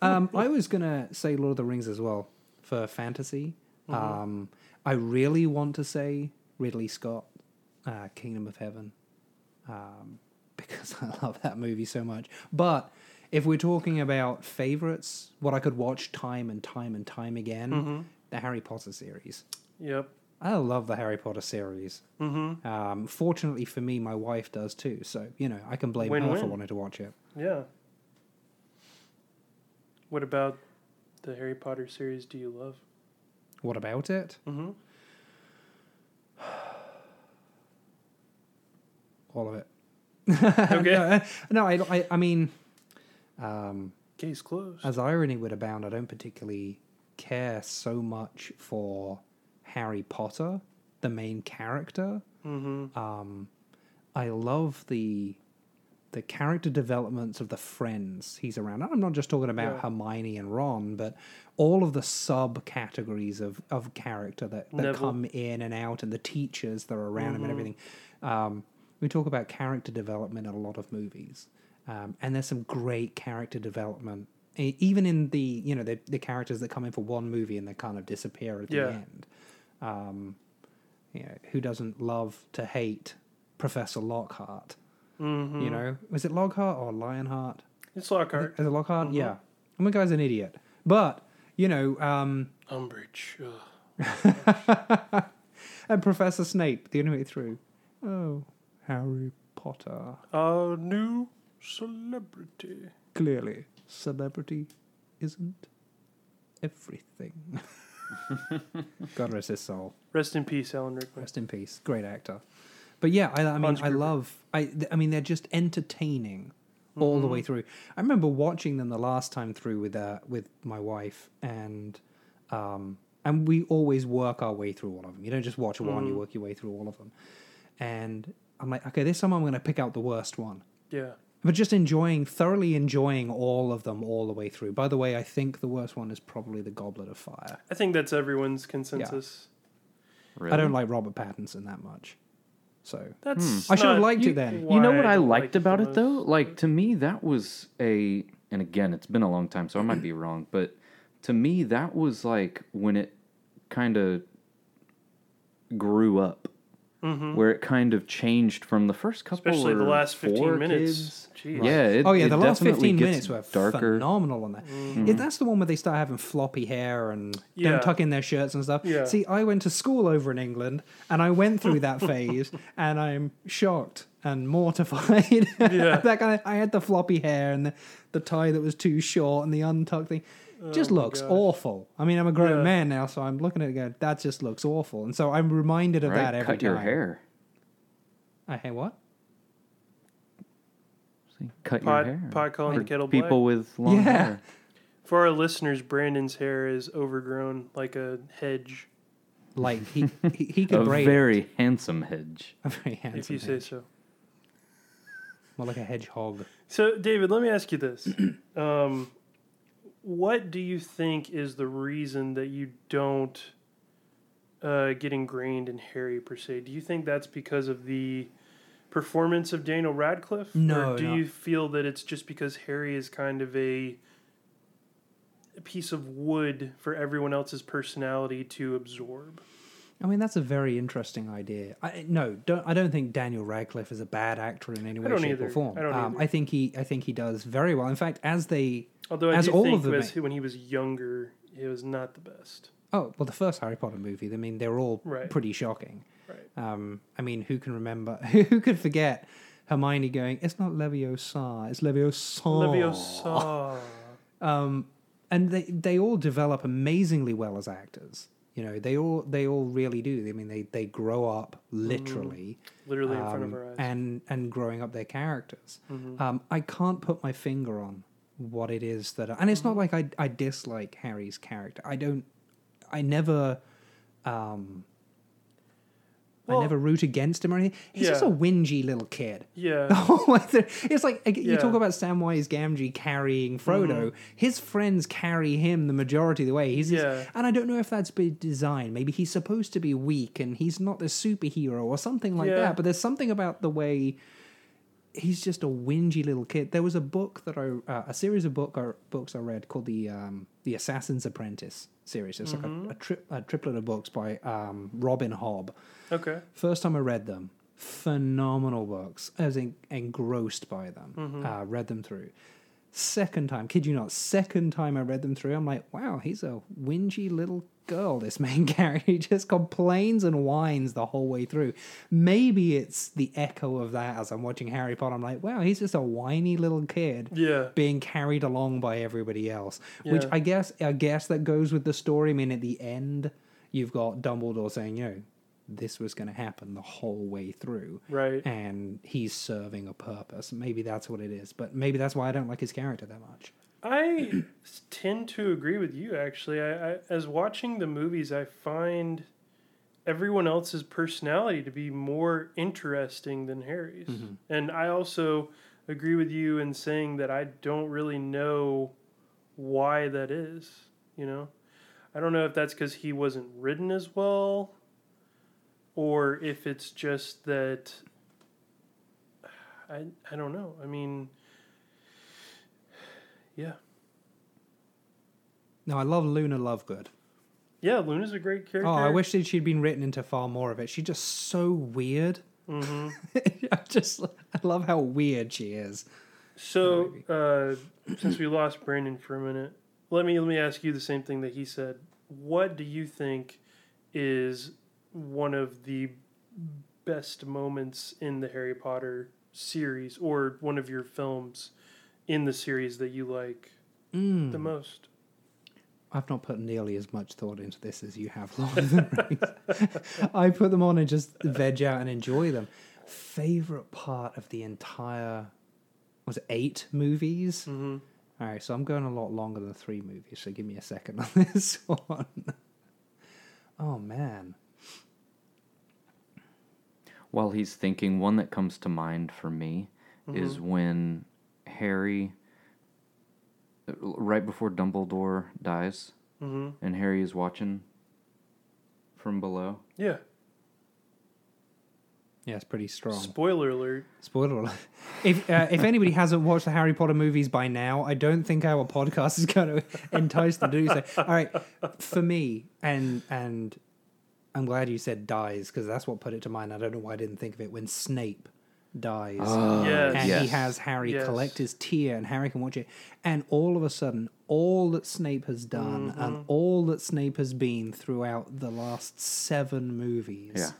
um, I was gonna say Lord of the Rings as well for fantasy. Um, I really want to say Ridley Scott, uh, Kingdom of Heaven, um, because I love that movie so much. But if we're talking about favorites, what I could watch time and time and time again, the Harry Potter series.
Yep.
I love the Harry Potter series. Mm-hmm. Um, fortunately for me, my wife does too. So, you know, I can blame her for
Win-win.
wanting to watch it.
Yeah. What about the Harry Potter series do you love?
What about it?
Mm-hmm.
All of it.
Okay.
No, I, I, I mean, um,
Case closed.
as irony would abound, I don't particularly care so much for Harry Potter, the main character.
Mm-hmm.
Um, I love the the character developments of the friends he's around. And I'm not just talking about
Yeah.
Hermione and Ron, but all of the subcategories of of character that, that
Neville.
come in and out, and the teachers that are around him and everything. Um, we talk about character development in a lot of movies, um, and there's some great character development. e- Even in the you know the, the characters that come in for one movie and they kind of disappear at
Yeah.
the end Um, you know, who doesn't love to hate Professor Lockhart? You know, was it Lockhart or Lionheart?
Mm-hmm. It's Lockhart.
Is it Lockhart? Yeah. I mean, guy's an idiot. But, you know, um,
Umbridge. Ugh.
and Professor Snape, the only way through. Oh, Harry Potter.
A new celebrity.
Clearly, celebrity isn't everything. God rest his soul.
Rest in peace, Alan Rickman.
Rest in peace. Great actor. But yeah, I, I mean,
Hans
I
Gruber.
love. I th- I mean, they're just entertaining all the
Mm-hmm.
way through. I remember watching them the last time through with uh, with my wife, and um, and we always work our way through all of them. You don't just watch one;
Mm-hmm.
you work your way through all of them. And I'm like, okay, this time I'm going to pick out the worst one
Yeah.
but just enjoying thoroughly enjoying all of them all the way through by the way i think the worst one is probably the goblet of fire
I think that's everyone's consensus.
Really?
i don't like robert pattinson that much so
That's
I should've
not
liked it
you-
then.
Hmm. You know
why
what I
don't like
liked about
the
it though?
most.
Like to me that was a and again it's been a long time so I might be wrong, but to me that was like when it kind of grew up. Where it kind of changed from the first couple
Mm-hmm. Especially the
or
last 15
four
minutes.
Kids.
Jeez.
Yeah, it,
oh yeah
it
the last
definitely
15 minutes
gets
were
darker.
phenomenal on that If that's the one where they start having floppy hair and
Mm. Yeah.
don't tuck in their shirts and stuff
Yeah.
see i went to school over in england and i went through that phase and i'm shocked and mortified
Yeah.
that kind of, i had the floppy hair and the, the tie that was too short and the untucked thing just looks
Oh gosh.
awful. I mean, I'm a grown
Yeah.
man now, so I'm looking at it going, that just looks awful. And so I'm reminded of that
Right?
every
Cut
time.
your hair.
I hey, what?
See, cut
Pot,
your hair.
pot calling the kettle black.
People with long
Yeah.
hair.
For our listeners, Brandon's hair is overgrown like a hedge,
Like, he, he, he could
A
braid it.
very handsome hedge.
a very handsome
if you
hedge.
say so.
More like a hedgehog.
So, David, let me ask you this: um, What do you think is the reason that you don't uh, get ingrained in Harry per se? Do you think that's because of the performance of Daniel Radcliffe,
No,
or do
no.
you feel that it's just because Harry is kind of a piece of wood for everyone else's personality to absorb?
I mean, that's a very interesting idea. I, no, don't, I don't think Daniel Radcliffe is a bad actor in any way,
don't
shape,
either.
or form.
I don't
um,
either.
I think he, I think he does very well. In fact, as they,
Although I
As
do
all
think
of them
as-
may.
when he was younger, it was not the best.
oh, well, the first Harry Potter movie. I mean, they're all
Right.
pretty shocking.
Right.
Um, I mean, who can remember? Who could forget Hermione going, "It's not Leviosa, it's Leviosa."
Leviosa.
um, and they they all develop amazingly well as actors. You know, they all they all really do. I mean, they they grow up
Mm-hmm.
literally,
Literally in front of
um,
our eyes. Mm-hmm.
and and growing up their characters. Um, I can't put my finger on what it is that, and it's not
Mm-hmm.
like I I dislike Harry's character. I don't. I never. Um,
Well-
I never root against him or anything. He's just a
Yeah.
whingy little kid.
yeah.
The whole way through. It's like like, you
Yeah. Mm.
talk about Samwise Gamgee carrying Frodo. His friends carry him the majority of the way. He's this-
Yeah.
and I don't know if that's by design. Maybe he's supposed to be weak and he's not the superhero or something like
Yeah.
that. But there's something about the way he's just a whingy little kid. There was a book that I, uh, a series of book I, books I read called the um, the Assassin's Apprentice series. It's
Mm-hmm.
like a, a, tri- a triplet of books by um, Robin Hobb.
Okay.
First time I read them, phenomenal books. I was en- engrossed by them. Uh, read them through. Second time, kid you not, second time I read them through, I'm like, wow, he's a whingy little girl. This main character he just complains and whines the whole way through. Maybe it's the echo of that as I'm watching Harry Potter. I'm like, wow, he's just a whiny little kid
Yeah.
being carried along by everybody else. Which
Yeah.
I guess I guess that goes with the story. I mean, at the end, you've got Dumbledore saying, you know, this was going to happen the whole way through.
Right.
And he's serving a purpose. Maybe that's what it is. But maybe that's why I don't like his character that much.
I s- tend to agree with you, actually. I, I, as watching the movies, I find everyone
Mm-hmm.
else's personality to be more interesting than Harry's. And I also, agree with you in saying that I don't really know why that is. You know, I don't know if that's because he wasn't written as well, or if it's just that. I I don't know. I mean, yeah,
No, I love Luna Lovegood.
yeah. Luna's a great character.
Oh, I wish that she'd been written into far more of it. She's just so weird.
Mhm.
I just I love how weird she is.
So, uh, since we lost Brandon for a minute, let me let me ask you the same thing that he said. What do you think is one of the best moments in the Harry Potter series, or one of your films in the series that you like
Mm.
the most?
I've not put nearly as much thought into this as you have, Lord of the Rings. I put them on and just veg out and enjoy them. Favorite part of the entire was it eight movies.
hmm
All right, so I'm going a lot longer than three movies. So give me a second on this one. Oh man,
While he's thinking, one that comes to mind for me is
Mm-hmm.
when Harry, uh, right before Dumbledore dies,
hmm
and Harry is watching from below.
Yeah.
yeah, it's pretty strong.
Spoiler alert.
Spoiler alert. If, uh, if anybody hasn't watched the Harry Potter movies by now, I don't think our podcast is going to entice them to do so. All right, for me, and and I'm glad you said dies because that's what put it to mind. I don't know why I didn't think of it when Snape dies
yes.
and he
Ah, yes.
has Harry
Yes.
collect his tear, and Harry can watch it. And all of a sudden, all that Snape has done
Mm-hmm.
and all that Snape has been throughout the last seven movies
Yeah.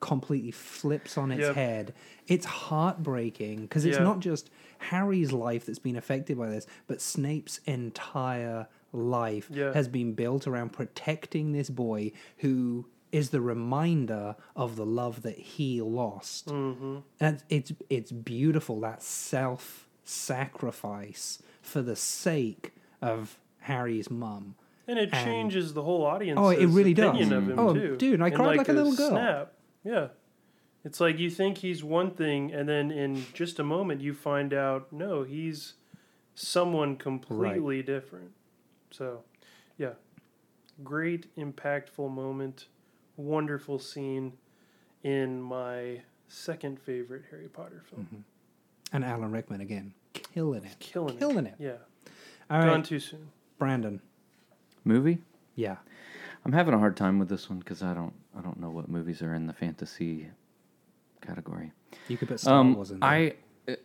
completely flips on its
Yep.
head. It's heartbreaking because it's
Yeah.
not just Harry's life that's been affected by this, but Snape's entire life
Yeah.
has been built around protecting this boy who is the reminder of the love that he lost.
Mm-hmm.
And it's it's beautiful that self sacrifice for the sake of Harry's mum.
And it
And-
changes the whole audience.
Oh, it really does.
opinion Of him
Oh,
too.
dude, I
In
cried like a little girl.
Snap. Yeah, it's like you think he's one thing, and then in just a moment you find out no, he's someone completely different. So, yeah, great impactful moment, wonderful scene in my second favorite Harry Potter film.
Mm-hmm. And Alan Rickman again, killing it,
Mm-hmm. Killing,
killing it.
Yeah,
All right,
gone too soon.
Brandon.
movie.
Yeah.
I'm having a hard time with this one because I don't I don't know what movies are in the fantasy category.
You could put Star
Um,
Wars in there.
I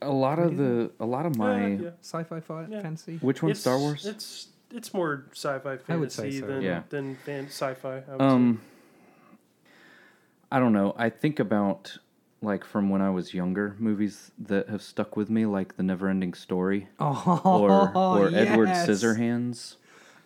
a lot of the a lot of my
Yeah, yeah.
Sci-fi fi-
Yeah.
fantasy.
which one
It's
Star Wars?
It's it's more sci-fi fantasy
I would say so.
than
Yeah.
than fan, sci-fi. I would say.
Um, I don't know. I think about like from when I was younger, movies that have stuck with me, like The Neverending Story
Oh,
or or Edward
yes.
Scissorhands.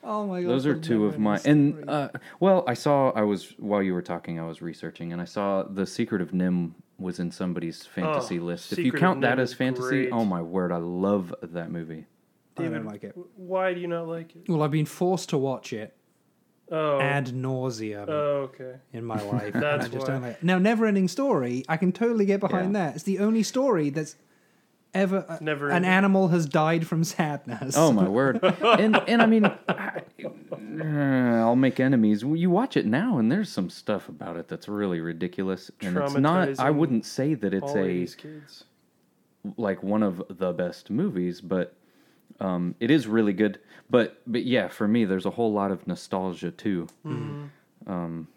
Oh my god.
Those are
the
two of
Neverending
my and
Story.
uh, well, I saw I was while you were talking, I was researching, and I saw The Secret of Nim was in somebody's fantasy list. If
Oh,
you
Secret of
count that
Nim
as
is
fantasy,
great.
oh my word, I love that movie.
I don't
David-
like it.
W- Why do you not like it?
Well, I've been forced to watch it
Oh,
ad nauseum
oh, okay.
in my life. and
That's
I just
why.
don't like it. Now, Neverending Story, I can totally get behind
Yeah.
that. It's the only story that's ever uh,
Never
an
ending.
animal has died from sadness.
Oh my word! And and I mean, I, will make enemies. You watch it now, and there's some stuff about it that's really ridiculous. And it's not. I
Traumatizing
wouldn't say that it's
All
a
these kids.
like one of the best movies, but um, it is really good. But but yeah, for me, there's a whole lot of nostalgia too. Um,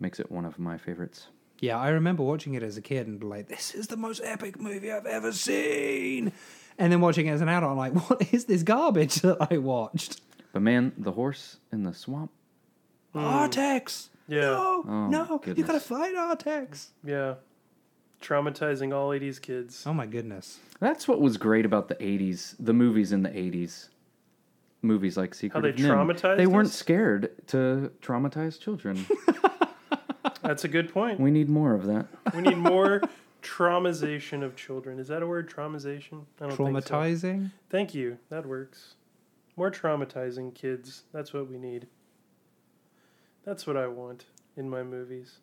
makes it one of my favorites.
Yeah, I remember watching it as a kid and be like, this is the most epic movie I've ever seen. And then watching it as an adult, I'm like, what is this garbage that I watched?
But man, the horse in the swamp.
Artex!
Yeah.
No,
Hmm. Oh,
no, you
goodness.
gotta fight Artex.
Yeah. Traumatizing all 80s kids.
Oh my goodness.
That's what was great about the '80s. The movies in the '80s. Movies like Secret
they
of Nim.
traumatized
They weren't
us?
scared to traumatize children.
That's a good point.
we need more of that.
We need more traumatization of children. Is that a word? Traumatization? I don't think so.
Traumatizing?
Thank you. That works. More traumatizing kids. That's what we need. That's what I want in my movies.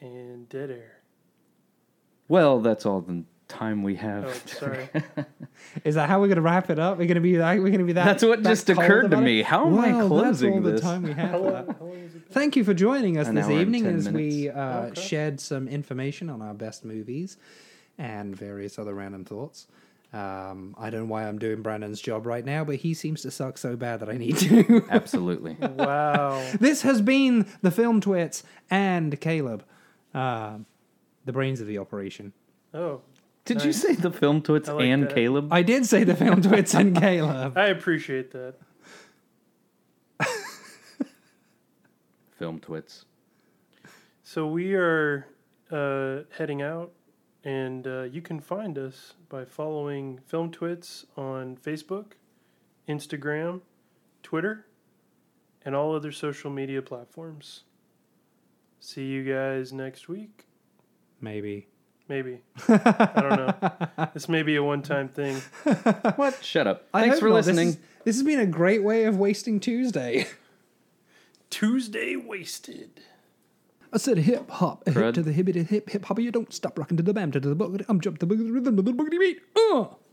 And dead air.
Well, that's all the time we have.
Oh, sorry.
Is that how we're going to wrap it up? We're going to be that. We're going to be that.
That's what
that
just
cold
occurred to
about it?
me. How am
Wow,
I
that's
closing
all the
this?
time we have
how,
for that.
long, how long is it?
Thank you for joining us
An
this
hour and
evening
10
as we uh,
Okay.
shared some information on our best movies and various other random thoughts. Um, I don't know why I'm doing Brandon's job right now, but he seems to suck so bad that I need to.
Absolutely.
Wow.
this has been the Film Twits and Caleb, uh, the brains of the operation.
Oh,
Did you say the film twits
I like
and
that.
Caleb?
I did say the Film Twits and Caleb.
I appreciate that.
Film twits.
So we are uh, heading out, and uh, you can find us by following Film Twits on Facebook, Instagram, Twitter, and all other social media platforms. See you guys next week.
Maybe.
Maybe. I don't know. This may be a one time thing.
What? Shut up.
I
Thanks
hope
for
not. This
listening.
is- this has been a great way of wasting Tuesday.
Tuesday wasted.
I said hip hop, a hip
Crud.
um, to the hibbity hip hip hopper. You don't stop rocking to the bam to the book. I'm jumping to the rhythm to the boogity beat. Uh!